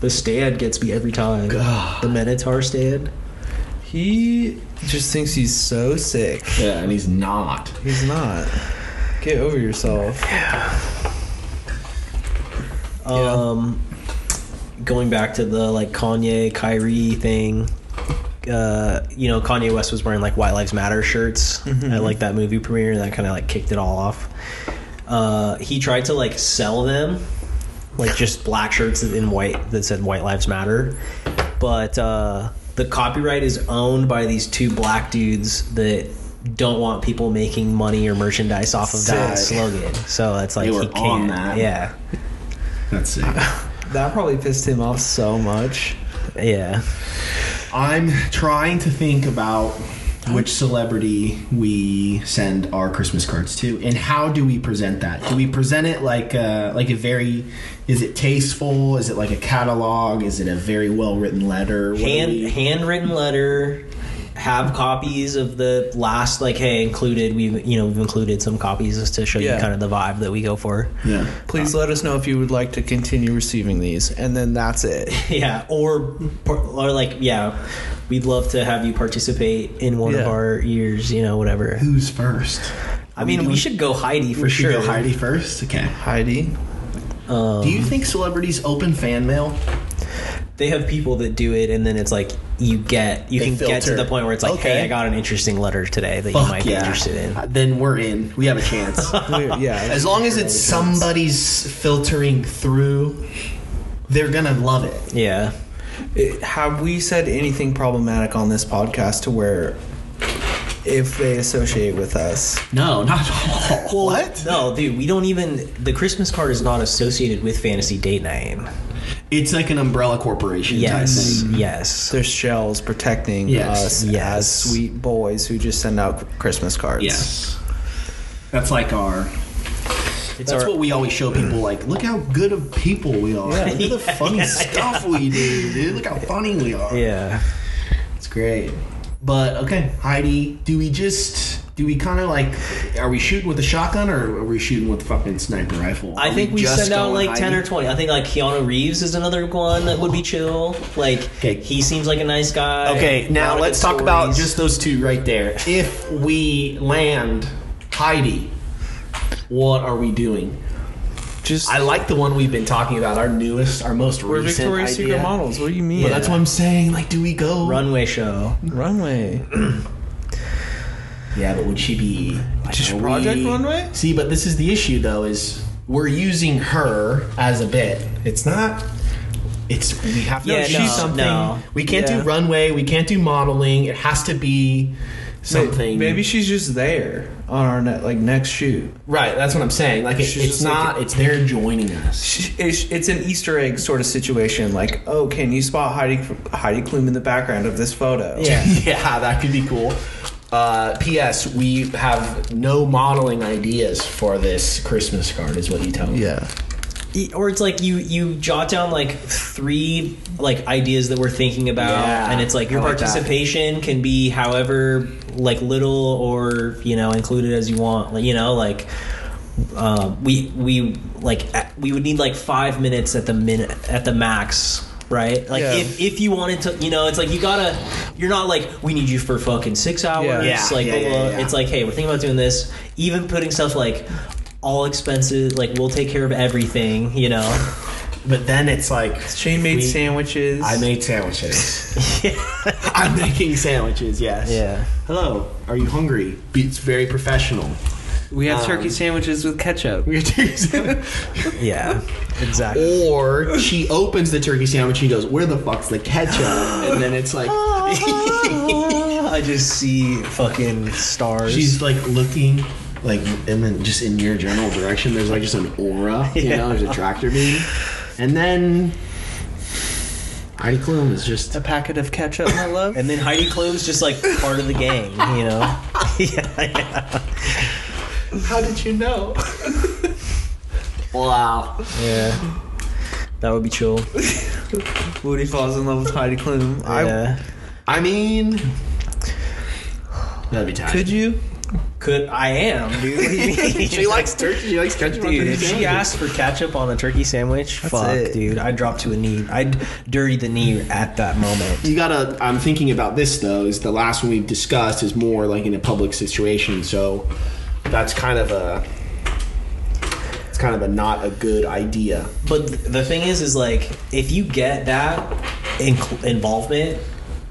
The stand gets me every time. God. The Minotaur stand. He just thinks he's so sick. Yeah, and he's not. He's not. Get over yourself. Um, going back to the like Kanye Kyrie thing. Uh, you know, Kanye West was wearing like White Lives Matter shirts Mm-hmm, at like that movie premiere, and that kind of like kicked it all off. Uh, he tried to like sell them, like just black shirts in white that said White Lives Matter, but uh, the copyright is owned by these two black dudes that don't want people making money or merchandise off of that Sick. slogan. So it's like They were he on can't. that. Yeah. That's sick. That probably pissed him off so much. Yeah. I'm trying to think about which celebrity we send our Christmas cards to, and how do we present that? Do we present it like a, like a very? Is it tasteful? Is it like a catalog? Is it a very well written letter? What do Hand we- handwritten letter. have copies of the last like hey included we've you know we've included some copies just to show Yeah. you kind of the vibe that we go for Yeah. Please let us know if you would like to continue receiving these, and then that's it. yeah or par- or like yeah we'd love to have you participate in one of Yeah. our years you know whatever Who's first? i mean we should go heidi for we should sure go Heidi first. Okay. Heidi, Do Um, you think celebrities open fan mail? they have people that do it and then it's like you get you They can get to filter. the point where it's like Okay. hey i got an interesting letter today that you might be interested in Uh, Then we're in. We have a chance. We're- yeah, as long as it's somebody's filtering through, they're gonna love it. yeah It- have we said anything problematic on this podcast to where if they associate with us, No, not at all. no dude we don't even the christmas card is not associated with fantasy date night It's like an umbrella corporation yes type thing. yes their shells protecting Yes. us Yes. as sweet boys who just send out Christmas cards? Yes. That's like our. it's That's our what we always show people. Like, look how good of people we are. Look at the fun stuff we do, dude. Look how funny we are. yeah It's great. But okay, Heidi, do we just do we kind of like are we shooting with a shotgun or are we shooting with a fucking sniper rifle? I Are think we just send out going like ten or Heidi? twenty. I think like Keanu Reeves is another one that would be chill. Like 'Kay. he seems like a nice guy. Okay, A lot now of let's good talk about stories. just those two right there. If we land Heidi, what are we doing? Just I like the one we've been talking about, our newest, our most we're recent Victoria's idea. Secret models. What do you mean? But that's what I'm saying. Like, do we go? runway show. runway. Yeah, but would she be Just are Project Runway? See, but this is the issue though: is we're using her as a bit. It's not. It's we have to Yeah, do no, something. no. We can't Yeah. do runway. We can't do modeling. It has to be something. Maybe she's just there on our net, like next shoot. right. That's what I'm saying. Like it- She's it's just like- not. it's they're joining us. She- It's it's an Easter egg sort of situation. Like, oh, can you spot Heidi Heidi Klum in the background of this photo? Yeah. yeah, that could be cool. Uh, P.S. We have no modeling ideas for this Christmas card, is what you tell me. yeah. E- Or it's like you you jot down like three like ideas that we're thinking about, Yeah, and it's like your I like that. participation can be however like little or you know included as you want. Like, you know like. Um, we we like a- we would need like five minutes at the minute at the max right like Yeah. if, if you wanted to you know it's like you gotta you're not like we need you for fucking six hours Yeah. yeah, like yeah, blah, yeah, blah. yeah. it's like hey we're thinking about doing this even putting stuff like all expenses like we'll take care of everything you know But then it's like Shane made we- sandwiches. I made sandwiches. I'm making sandwiches, yes. Yeah. Hello, are you hungry? It's very professional. We had Um, turkey sandwiches with ketchup. We are turkey sandwich. yeah exactly or she opens the turkey sandwich and goes, Where the fuck's the ketchup? And then it's like, i just see fucking stars she's like looking. Like and then just in your general direction, there's like just an aura, you know, there's a tractor beam, and then Heidi Klum is just A packet of ketchup, my love. and then heidi klum's just like part of the gang you know yeah, yeah How did you know? wow. yeah that would be chill Woody falls in love with Heidi Klum. I, yeah I mean, that'd be tight. could you? could i am dude What do you mean? She likes turkey. She likes ketchup on Dude, turkey if she sandwiches. asked for ketchup on a turkey sandwich, fuck, it. dude, I'd drop to a knee. I'd dirty the knee at that moment. You gotta. I'm thinking about this though. Is the last one we've discussed is more like in a public situation, so that's kind of a. It's kind of a not a good idea. But th- the thing is, is like if you get that inc- involvement,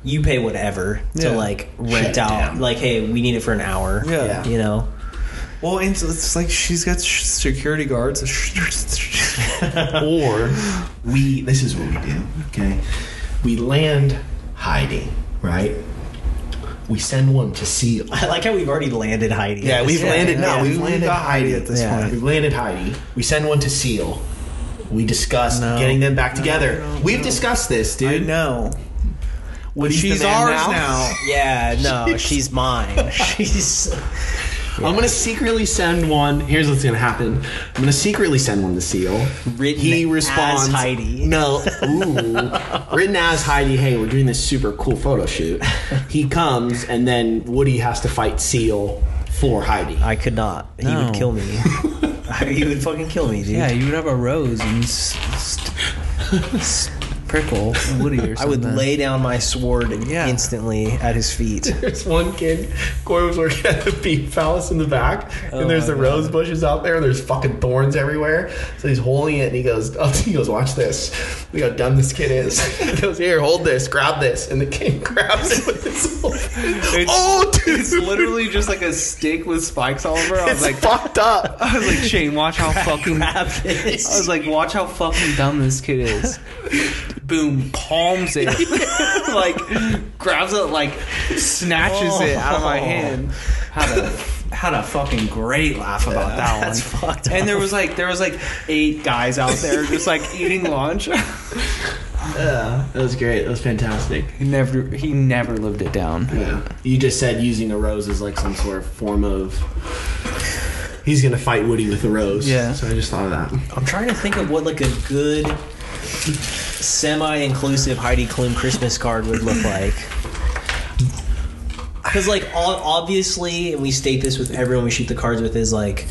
you pay whatever Yeah. to like rent Shut out. down. Like, hey, we need it for an hour. Yeah. you know. Well, and so it's like she's got sh- security guards. or we this is what we do okay we land Heidi right we send one to seal I like how we've already landed Heidi. yeah we've landed yeah, no we've we've landed got Heidi Heidi at this Yeah. point. we've landed Heidi we send one to seal we discussed No. getting them back together no, we've no. discussed this I dude know. When She's ours now. Yeah, no, she's mine. She's I'm gonna secretly send one. Here's what's gonna happen. I'm gonna secretly send one to Seal. Written as Heidi. No, ooh, written as Heidi. Hey, we're doing this super cool photo shoot. He comes, and then Woody has to fight Seal for Heidi. I could not. He No. would kill me. he would fucking kill me, dude. Yeah, you would have a rose and s- st- s- prickle Woody or something. I would lay down my sword Yeah. instantly at his feet. There's one kid. Corey was working at the Beef Palace in the back, Oh and there's the rose bushes out there. There's fucking thorns everywhere. So he's holding it, and he goes, oh, he goes, watch this. Look how dumb this kid is. he goes, here, hold this, grab this, and the kid grabs it with his. whole- oh, dude, It's literally just like a stick with spikes all over. I was it's like, fucked up. I was like, Shane, watch how fucking. I was like, watch how fucking dumb this kid is. Boom, palms it, like grabs it, like snatches it out of my hand. Had a had a fucking great laugh about that That's one. fucked up. And there was like there was like eight guys out there just like eating lunch. Yeah, that was great. That was fantastic. He never he never lived it down. Yeah. You just said using a rose is like some sort of form of. He's gonna fight Woody with a rose. Yeah. So I just thought of that. I'm trying to think of what like a good semi-inclusive Heidi Klum Christmas card would look like. Because like all, obviously, and we state this with everyone we shoot the cards with is like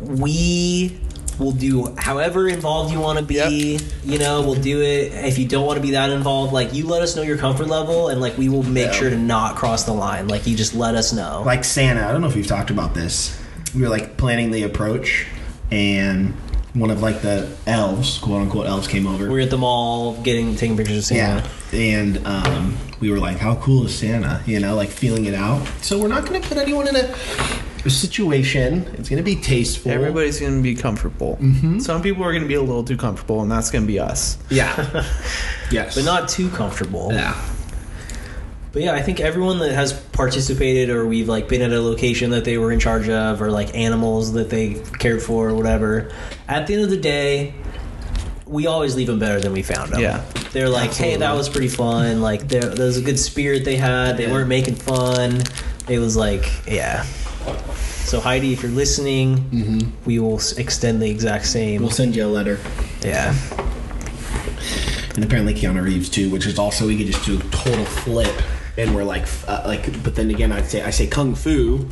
we will do however involved you want to be. You know, we'll do it. If you don't want to be that involved, like you let us know your comfort level, and like we will make sure to not cross the line. Like you just let us know. Like Santa, I don't know if we've talked about this. We were like planning the approach, and one of like the elves, quote unquote elves, came over. we were at the mall getting taking pictures of Santa. yeah. And um, we were like, how cool is Santa? You know, like feeling it out. So we're not gonna put anyone in a, a situation. It's gonna be tasteful. Everybody's gonna be comfortable. Some people are gonna be a little too comfortable, and that's gonna be us. Yeah. yes. but not too comfortable. Yeah. But yeah, I think everyone that has participated or we've like been at a location that they were in charge of or like animals that they cared for or whatever, at the end of the day, we always leave them better than we found them. Yeah. They're like, hey, that was pretty fun. Like, there, there was a good spirit they had. They weren't making fun. It was like, yeah. So, Heidi, if you're listening, we will s- extend the exact same. Mm-hmm. We'll send you a letter. yeah. and apparently Keanu Reeves too, which is also we could just do a total flip, and we're like, f- uh, like, but then again, I'd say I say kung fu,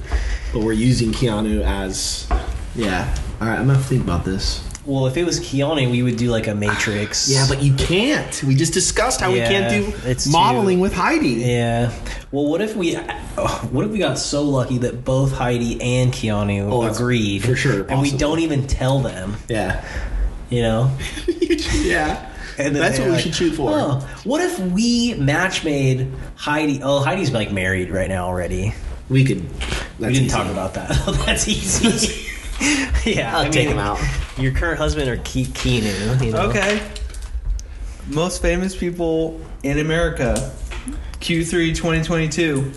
but we're using Keanu as, yeah. All right, I'm gonna have to think about this. Well, if it was Keanu, we would do like a Matrix. Yeah, but you can't. We just discussed how Yeah, we can't do it's modeling too- with Heidi. Yeah. Well, what if we, oh, what if we got so lucky that both Heidi and Keanu Oh, it's agreed for sure and we possible. don't even tell them, Yeah, you know? yeah. And then That's what they're we like, should shoot for. Oh, what if we match made Heidi? Oh, Heidi's like married right now already. We could. That's we didn't easy. talk about that. Oh, that's easy. yeah, I'll I take mean, him out. Your current husband or Ke- Keanu? You know? Okay. Most famous people in America, Q3 2022.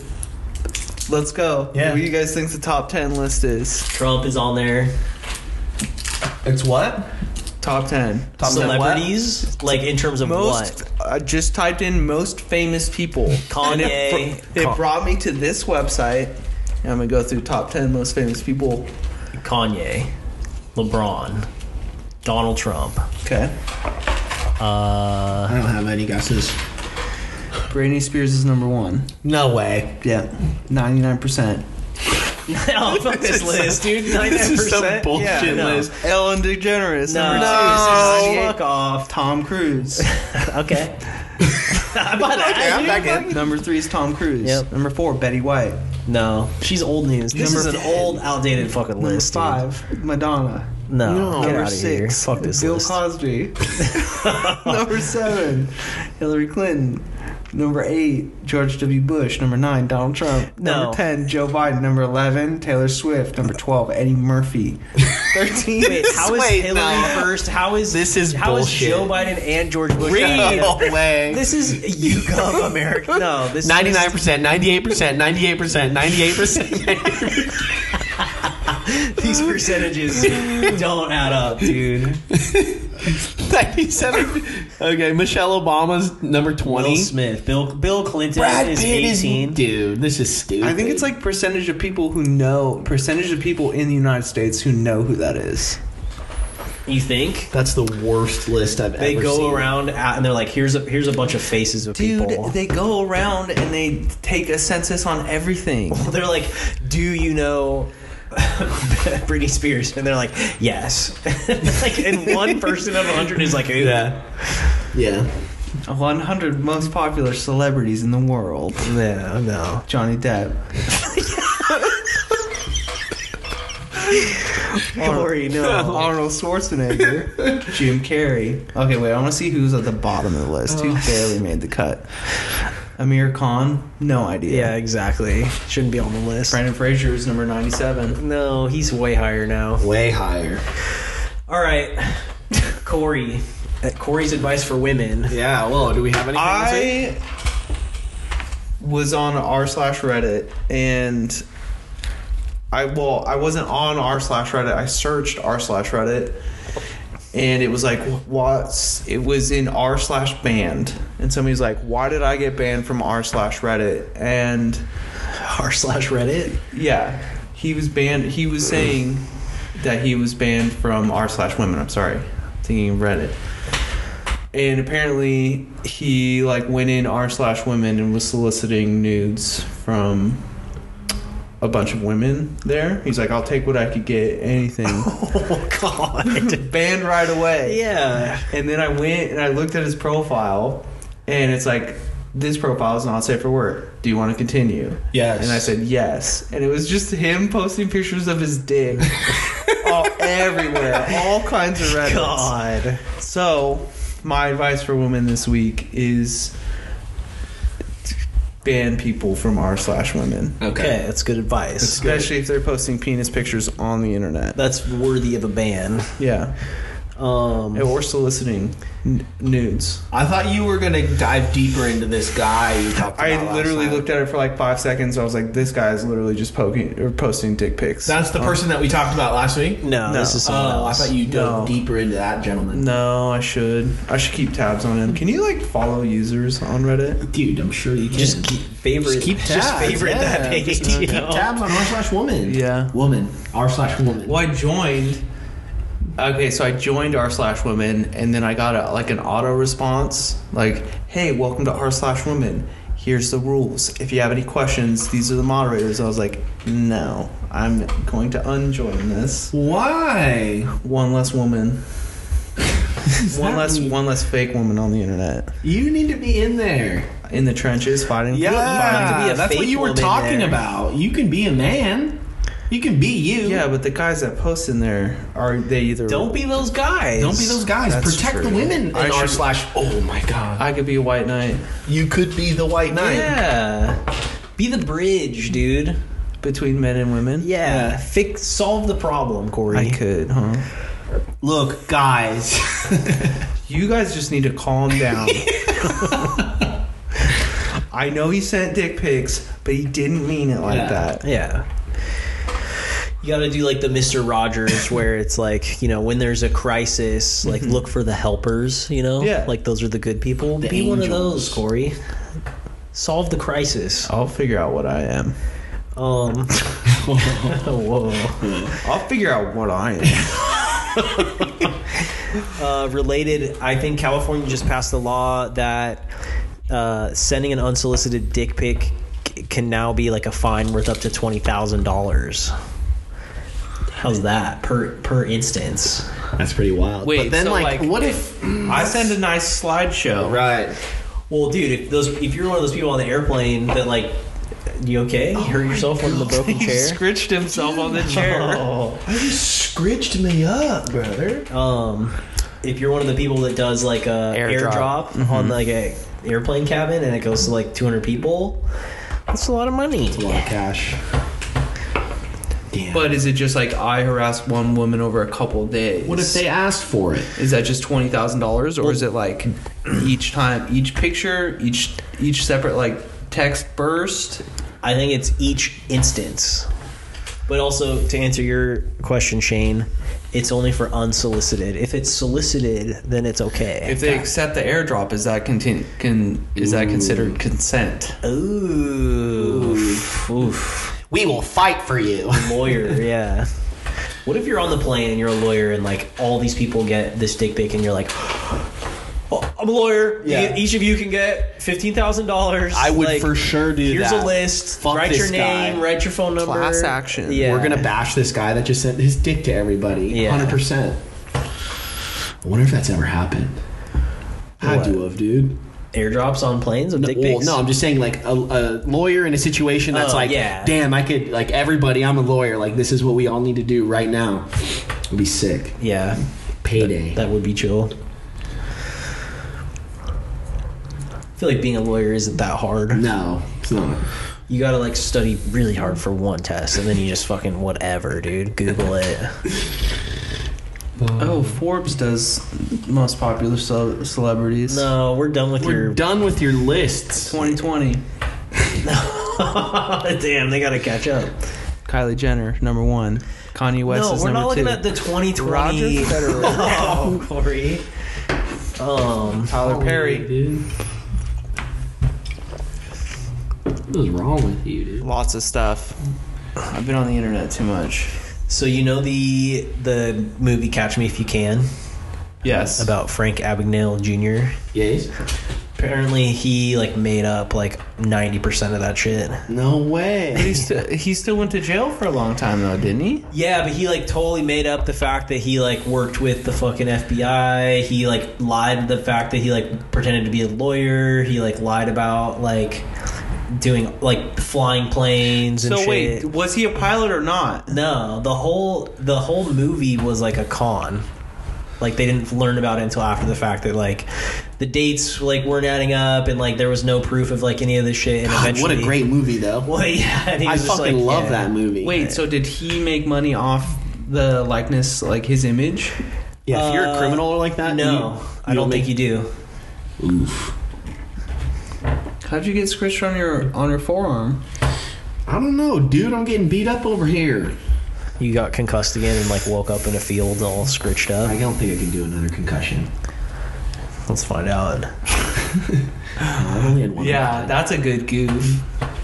Let's go. Yeah. What do you guys think the top 10 list is? Trump is on there. It's what? Top 10. Top ten what? Celebrities, like in terms of Most, what? I just typed in most famous people. And Kanye. it, fr- it brought me to this website. And I'm going to go through top 10 most famous people. Kanye, LeBron, Donald Trump. Okay. Uh, I don't have any guesses. Britney Spears is number one. No way. Yeah. 99%. oh, fuck this list, dude. This is some 99%? bullshit yeah, no. list. Ellen DeGeneres, No, number two. no. fuck Kanye. off. Tom Cruise. Okay. I buy that. Yeah, I'm dude. back in. Number three is Tom Cruise. Yep. Number four, Betty White. No, she's old news. This Number is an ten. old, outdated fucking Number list. dude. five, Madonna. No, get Number out of here. six, Fuck this Bill list. Cosby. Number seven, Hillary Clinton. Number eight, George W. Bush. Number nine, Donald Trump. No. Number ten, Joe Biden. Number eleven, Taylor Swift. Number twelve, Eddie Murphy. Thirteen. Wait, how is Wait, Hillary no. first? How is This is how is bullshit. Joe Biden and George Bush? No Read. way. This is YouGov America. No, this Ninety-nine percent, ninety-eight percent, ninety-eight percent, ninety-eight percent. These percentages don't add up, dude. 97 Okay, Michelle Obama's number Bill twenty. Smith, Bill Bill Clinton is eighteen. dude. This is stupid. I think it's like percentage of people who know percentage of people in the United States who know who that is. you think that's the worst list I've they ever go seen. around at, and they're like, here's a here's a bunch of faces of Dude, people. they go around and they take a census on everything. they're like, do you know? Britney Spears, and they're like, yes. like, and one person out of hundred is like, yeah. Yeah, 100 most popular celebrities in the world. No, no. Johnny Depp. Corey, no. Arnold Schwarzenegger, Jim Carrey. Okay, wait. I want to see who's at the bottom of the list. Who barely made the cut? Amir Khan, no idea. Yeah, exactly. Shouldn't be on the list. Brandon Fraser is number ninety-seven. No, he's way higher now. way higher. All right, Corey. Uh, Corey's advice for women. Yeah. Well, do we have any? I was on r slash Reddit and I well I wasn't on r slash Reddit. I searched r slash Reddit and it was like what's it was in r slash banned and somebody's like why did I get banned from r slash Reddit and R slash Reddit. yeah he was banned he was saying that he was banned from r slash women i'm sorry thinking of reddit and apparently he like went in r slash women and was soliciting nudes from a bunch of women there he's like i'll take what i could get anything Oh God. banned right away yeah. and then I went and I looked at his profile, and it's like, this profile is not safe for work. Do you want to continue? Yes. And I said yes. And it was just him posting pictures of his dick all, everywhere, all kinds of Reddit. God. So, my advice for women this week is ban people from r slash women, Okay, that's good advice. That's, especially if they're posting penis pictures on the internet. worthy of a ban. Yeah, Um, or soliciting n- nudes. I thought you were gonna dive deeper into this guy you talked about. I last literally time. looked at it for like five seconds. I was like, this guy is literally just poking or posting dick pics. That's the person that we talked about last week. Oh. no, No. this is someone Oh, I else. thought you dove No. deeper into that gentleman. no, I should. I should keep tabs on him. Can you like follow users on Reddit? Dude, I'm sure you can. just keep favorite. Just keep Just tabs, favorite that yeah. page. Just you keep know? tabs on r slash woman. Yeah. woman r slash woman. Well, I joined. Okay, so I joined r slash women, and then I got a, like an auto response, like, "Hey, welcome to r slash women. Here's the rules. If you have any questions, these are the moderators." I was like, "No, I'm going to unjoin this. Why? One less woman, one less, one less fake woman on the internet." You need to be in there. in the trenches fighting. Yeah, to be a that's what fake you were woman talking there. about. You can be a man. You can be you. yeah, but the guys that post in there are they either Don't be those guys. Don't be those guys. That's Protect the true. women in I r should- slash. Oh my god. I could be a white knight You could be the white knight. Yeah. Be the bridge, dude. between men and women. Yeah. Fix solve the problem, Corey. I could, huh? Look, guys. You guys just need to calm down. I know he sent dick pics, but he didn't mean it like Yeah. that. Yeah. You got to do like the Mister Rogers, where it's like you know when there's a crisis, like look for the helpers. You know, Yeah. like those are the good people. Be one of angels. those, Corey. Solve the crisis. I'll figure out what I am. Um. whoa. I'll figure out what I am. Uh, related, I think California just passed a law that uh, sending an unsolicited dick pic c- can now be like a fine worth up to twenty thousand dollars. How's that per per instance? That's pretty wild. Wait, but then so, like, like- what if? I send a nice slideshow. Right. Well, dude, if those if you're one of those people on the airplane that like, you okay? You hurt yourself on the broken chair? Oh, Scritched himself on the chair. Scritched me up, brother. Um, if you're one of the people that does like a airdrop, Mm-hmm. Airdrop. on like a airplane cabin and it goes to like 200 people, that's a lot of money. A lot of cash. Damn. But is it just like I harassed one woman over a couple days? what if they asked for it? Is that just twenty thousand dollars, or is it like each time, each picture, each each separate like text burst? I think it's each instance. But also to answer your question, Shane, It's only for unsolicited. If it's solicited, then it's okay. If they accept the airdrop, is that continu- can is that considered consent? Ooh. Oof. We will fight for you. Lawyer, yeah. What if you're on the plane and you're a lawyer and like all these people get this dick pic and you're like, oh, I'm a lawyer. E-, Yeah. Each of you can get fifteen thousand dollars. I would for sure do Here's that. a list. Fuck write this your guy. name. Write your phone number. Class action. Yeah. We're gonna bash this guy that just sent his dick to everybody. Yeah. Hundred percent. I wonder if that's ever happened. I do of dude. airdrops on planes with dick Well, pics. no, I'm just saying like a, a lawyer in a situation that's Oh, like, yeah. damn, I could like everybody. I'm a lawyer. Like this is what we all need to do right now. It'd be sick. Yeah, Payday. that would be chill. I feel like being a lawyer isn't that hard. no, it's not. You gotta like study really hard for one test, and then you just fucking whatever, dude. Google it. Oh, Forbes does most popular ce- celebrities. No, we're done with We're your. done with your lists. 2020, Damn, they gotta catch up. Kylie Jenner number one, Kanye West no, is we're number not looking two. at the 2020. Roger Federer, oh, Corey. Um, Oh, Tyler Perry, dude. What is wrong with you, dude? lots of stuff. I've been on the internet too much. so you know the the movie Catch Me If You Can Yes, about Frank Abagnale Jr. Yes. Apparently, he like made up like ninety percent of that shit. No way. he, st- he still went to jail for a long time though, didn't he? Yeah, but he like totally made up the fact that he like worked with the fucking FBI. He like lied the fact that he like pretended to be a lawyer. He like lied about like doing like flying planes and So shit. wait, was he a pilot or not? No, the whole the whole movie was like a con. Like they didn't learn about it until after the fact that like the dates like weren't adding up and like there was no proof of like any of this shit. And God, what eventually, a great movie though. Well, yeah, and he I was just fucking like, love yeah. that movie. Wait, so did he make money off the likeness, like his image? yeah, if you're a uh, criminal like that, No, I don't think you do. How'd you get scratched on your on your forearm? I don't know, dude. I'm getting beat up over here. You got concussed again and like woke up in a field all scritched I up. don't think I can do another concussion. Let's find out. I only had one. Yeah, that's a good goof.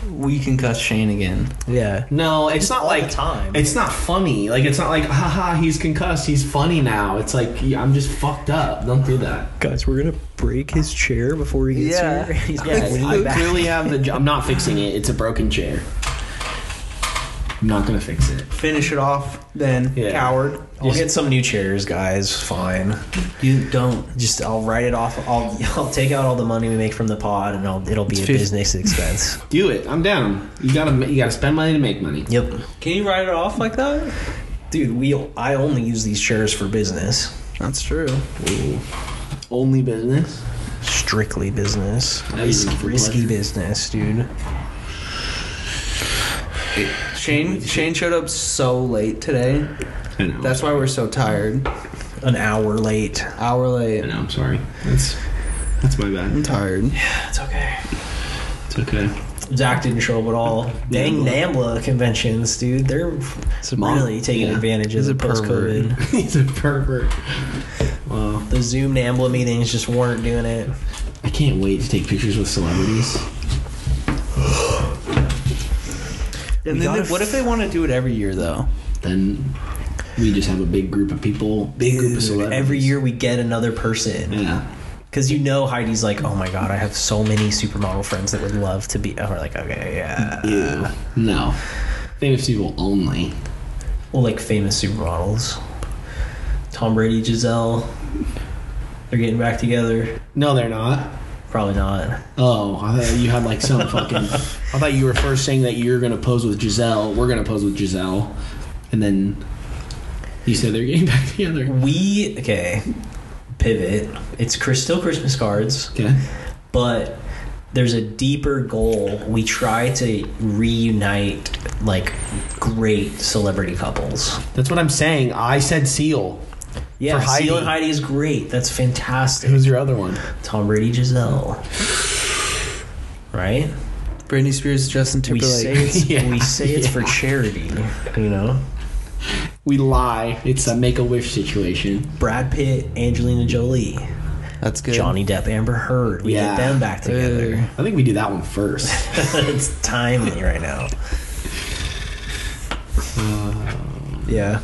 We can cuss Shane again. Yeah. No, it's not the like time. It's not funny. Like it's not like haha. He's concussed. He's funny now. It's like yeah, I'm just fucked up. Don't do that. Guys, we're gonna break his chair before he gets Yeah. here. He's I, like, leaning I back. clearly have the. j- I'm not fixing it. It's a broken chair. I'm not gonna fix it. Finish it off, then Yeah. coward. I'll get some new chairs, guys. Fine. You don't. Just I'll write it off. I'll I'll take out all the money we make from the pod, and I'll it'll be a fif- business expense. Do it. I'm down. You gotta. ma- You gotta spend money to make money. yep, Can you write it off like that? dude. We I only use these chairs for business, That's true. Only business. strictly business, That is risky, for risky pleasure. business, dude. Shane Shane showed up so late today. I know. That's why we're so tired. An hour late. Hour I late. know. I'm sorry. That's that's my I'm bad. tired. That's okay. It's okay. Zach didn't show up at all. Dang NAMBLA conventions, dude. They're mon- really taking yeah. advantage of He's the a post pervert. COVID. He's a pervert. Wow. The Zoom NAMBLA meetings just weren't doing it. I can't wait to take pictures with celebrities. And We then gotta they- what if they want to do it every year though? Then we just have a big group of people. Big group of Dude, celebrities. every year we get another person. Yeah. Because you know Heidi's like, oh my god, I have so many supermodel friends that would love to be. And we're like, okay, yeah. Ew. Uh, No. Famous people only. Well, like famous supermodels. Tom Brady, Giselle. They're getting back together. No, they're not. Probably not. Oh, I thought you had like some fucking. I thought you were first saying that you're gonna pose with Giselle. We're gonna pose with Giselle, and then you said they're getting back together. We, okay, pivot. It's Chris, still Christmas cards, Okay. but there's a deeper goal. We try to reunite, like, great celebrity couples. That's what I'm saying. I said Seal. Yeah, For Heidi. Seal and Heidi is great. That's fantastic. Who's your other one? Tom Brady, Giselle. Right? Britney Spears, Justin We Timberlake. say, it's, Yeah. we say it's for charity, you know? we lie. It's a make a wish situation. Brad Pitt, Angelina Jolie, That's good. Johnny Depp, Amber Heard. We Yeah. get them back together. I think we do that one first. it's timely right now. Uh, yeah.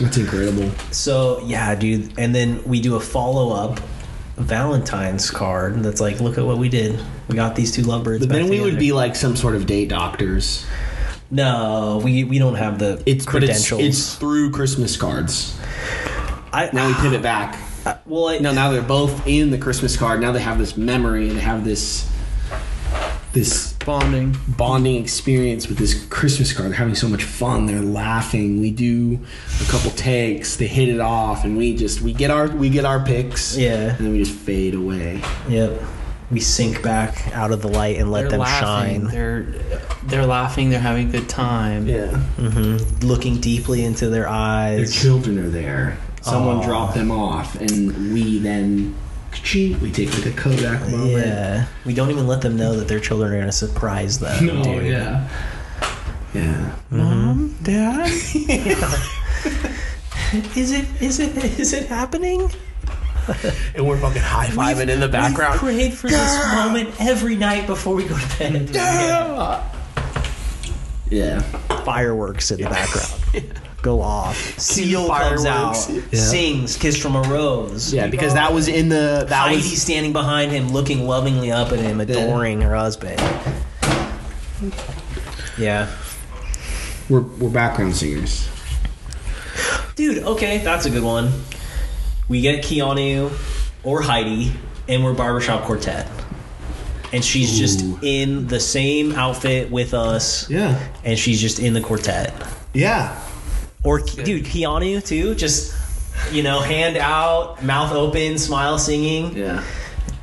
That's incredible. So yeah, dude, and then we do a follow up Valentine's card that's like, look at what we did. We got these two lovebirds. But back then we would together. be like some sort of date doctors. no, we we don't have the It's but it's- credentials. It's, through Christmas cards. I, Now we pivot back. well, I, No, now they're both in the Christmas card. Now they have this memory and they have this this Bonding. bonding experience with this Christmas card. They're having so much fun. They're laughing. We do a couple takes. They hit it off, and we just we get our we get our picks. Yeah. and then we just fade away. Yep. We sink back out of the light and let They're them laughing. shine. They're they're laughing. They're having a good time. Yeah, Looking deeply into their their eyes. children are there. Someone Aw. dropped them off, and we then cheat. We take like a Kodak moment. Yeah. We don't even let them know that their children are going to surprise them. No, dude. yeah. Yeah. Mom, Dad. Is it is it is it happening? And we're fucking high fiving in the We've prayed for this moment every night before we go to bed. Yeah. Fireworks in the background. Go off. Seal comes out, fireworks. sings "Kiss from a Rose." Yeah, because that was in the that Heidi was standing behind him, looking lovingly up at him, adoring her husband. Yeah. we're we're background singers. Dude, okay, that's a good one. We get Keanu or Heidi, and we're barbershop quartet. And she's just Ooh. in the same outfit with us, Yeah. and she's just in the quartet. Yeah. Or, dude, Keanu, too, just, you know, hand out, mouth open, smile singing, Yeah.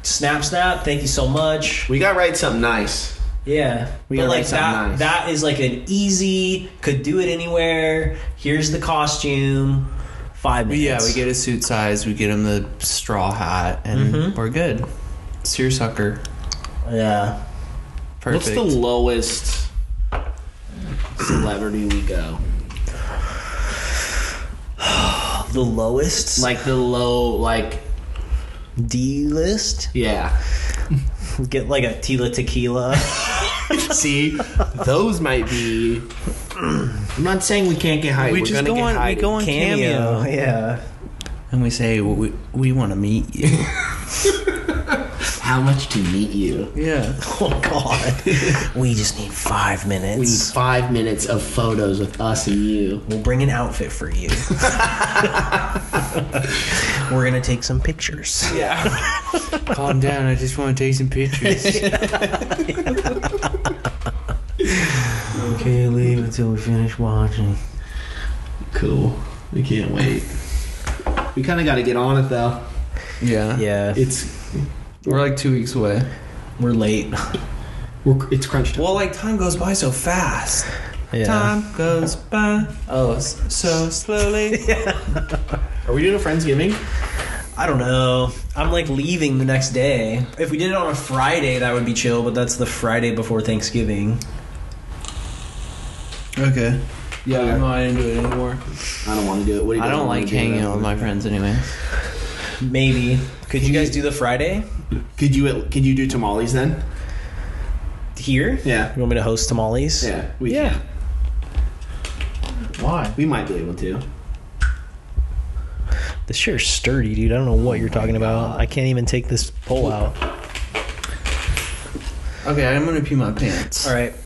snap, snap, thank you so much. We got right something nice. Yeah, We but gotta like make something that—that nice. is like an easy. Could do it anywhere. Here's the costume. Five minutes. Yeah, we get a suit size. We get him the straw hat, and we're good. Seersucker. Yeah, Perfect. What's the lowest celebrity we go? the lowest Like the low, like D list. yeah. Get like a Tila Tequila. See, those might be. I'm not saying we can't get high. we are just gonna go get on. high. We go on cameo, Yeah. and we say "Well, we we want to meet you. How much to meet you? yeah. Oh God. we just need five We need minutes. five minutes of photos with us and you. We'll bring an outfit for you. We're gonna take some pictures. Calm down. I just want to take some pictures. Can't leave until we finish watching. Cool. We can't wait. We kind of got to get on it though. yeah. Yeah, It's We're like two weeks away. we're late. we're, it's crunch time. Well, like time goes by so fast. Yeah. Time goes by oh s- so slowly. Are we doing a friendsgiving? I don't know. I'm like leaving the next day. If we did it on a Friday, that would be chill, but that's the Friday before Thanksgiving. Okay. Yeah, Okay. I'm not into it anymore. I don't want to do it. What do you I guys don't wanna like do? hanging out with my friends anyway. Maybe. Could you guys do the Friday Could you could you do tamales then? here? Yeah. You want me to host tamales? Yeah. We, Yeah. Why? We might be able to. This chair's sturdy, dude. I don't know what you're talking about. I can't even take this pole out. Okay, I'm gonna pee my pants. All right.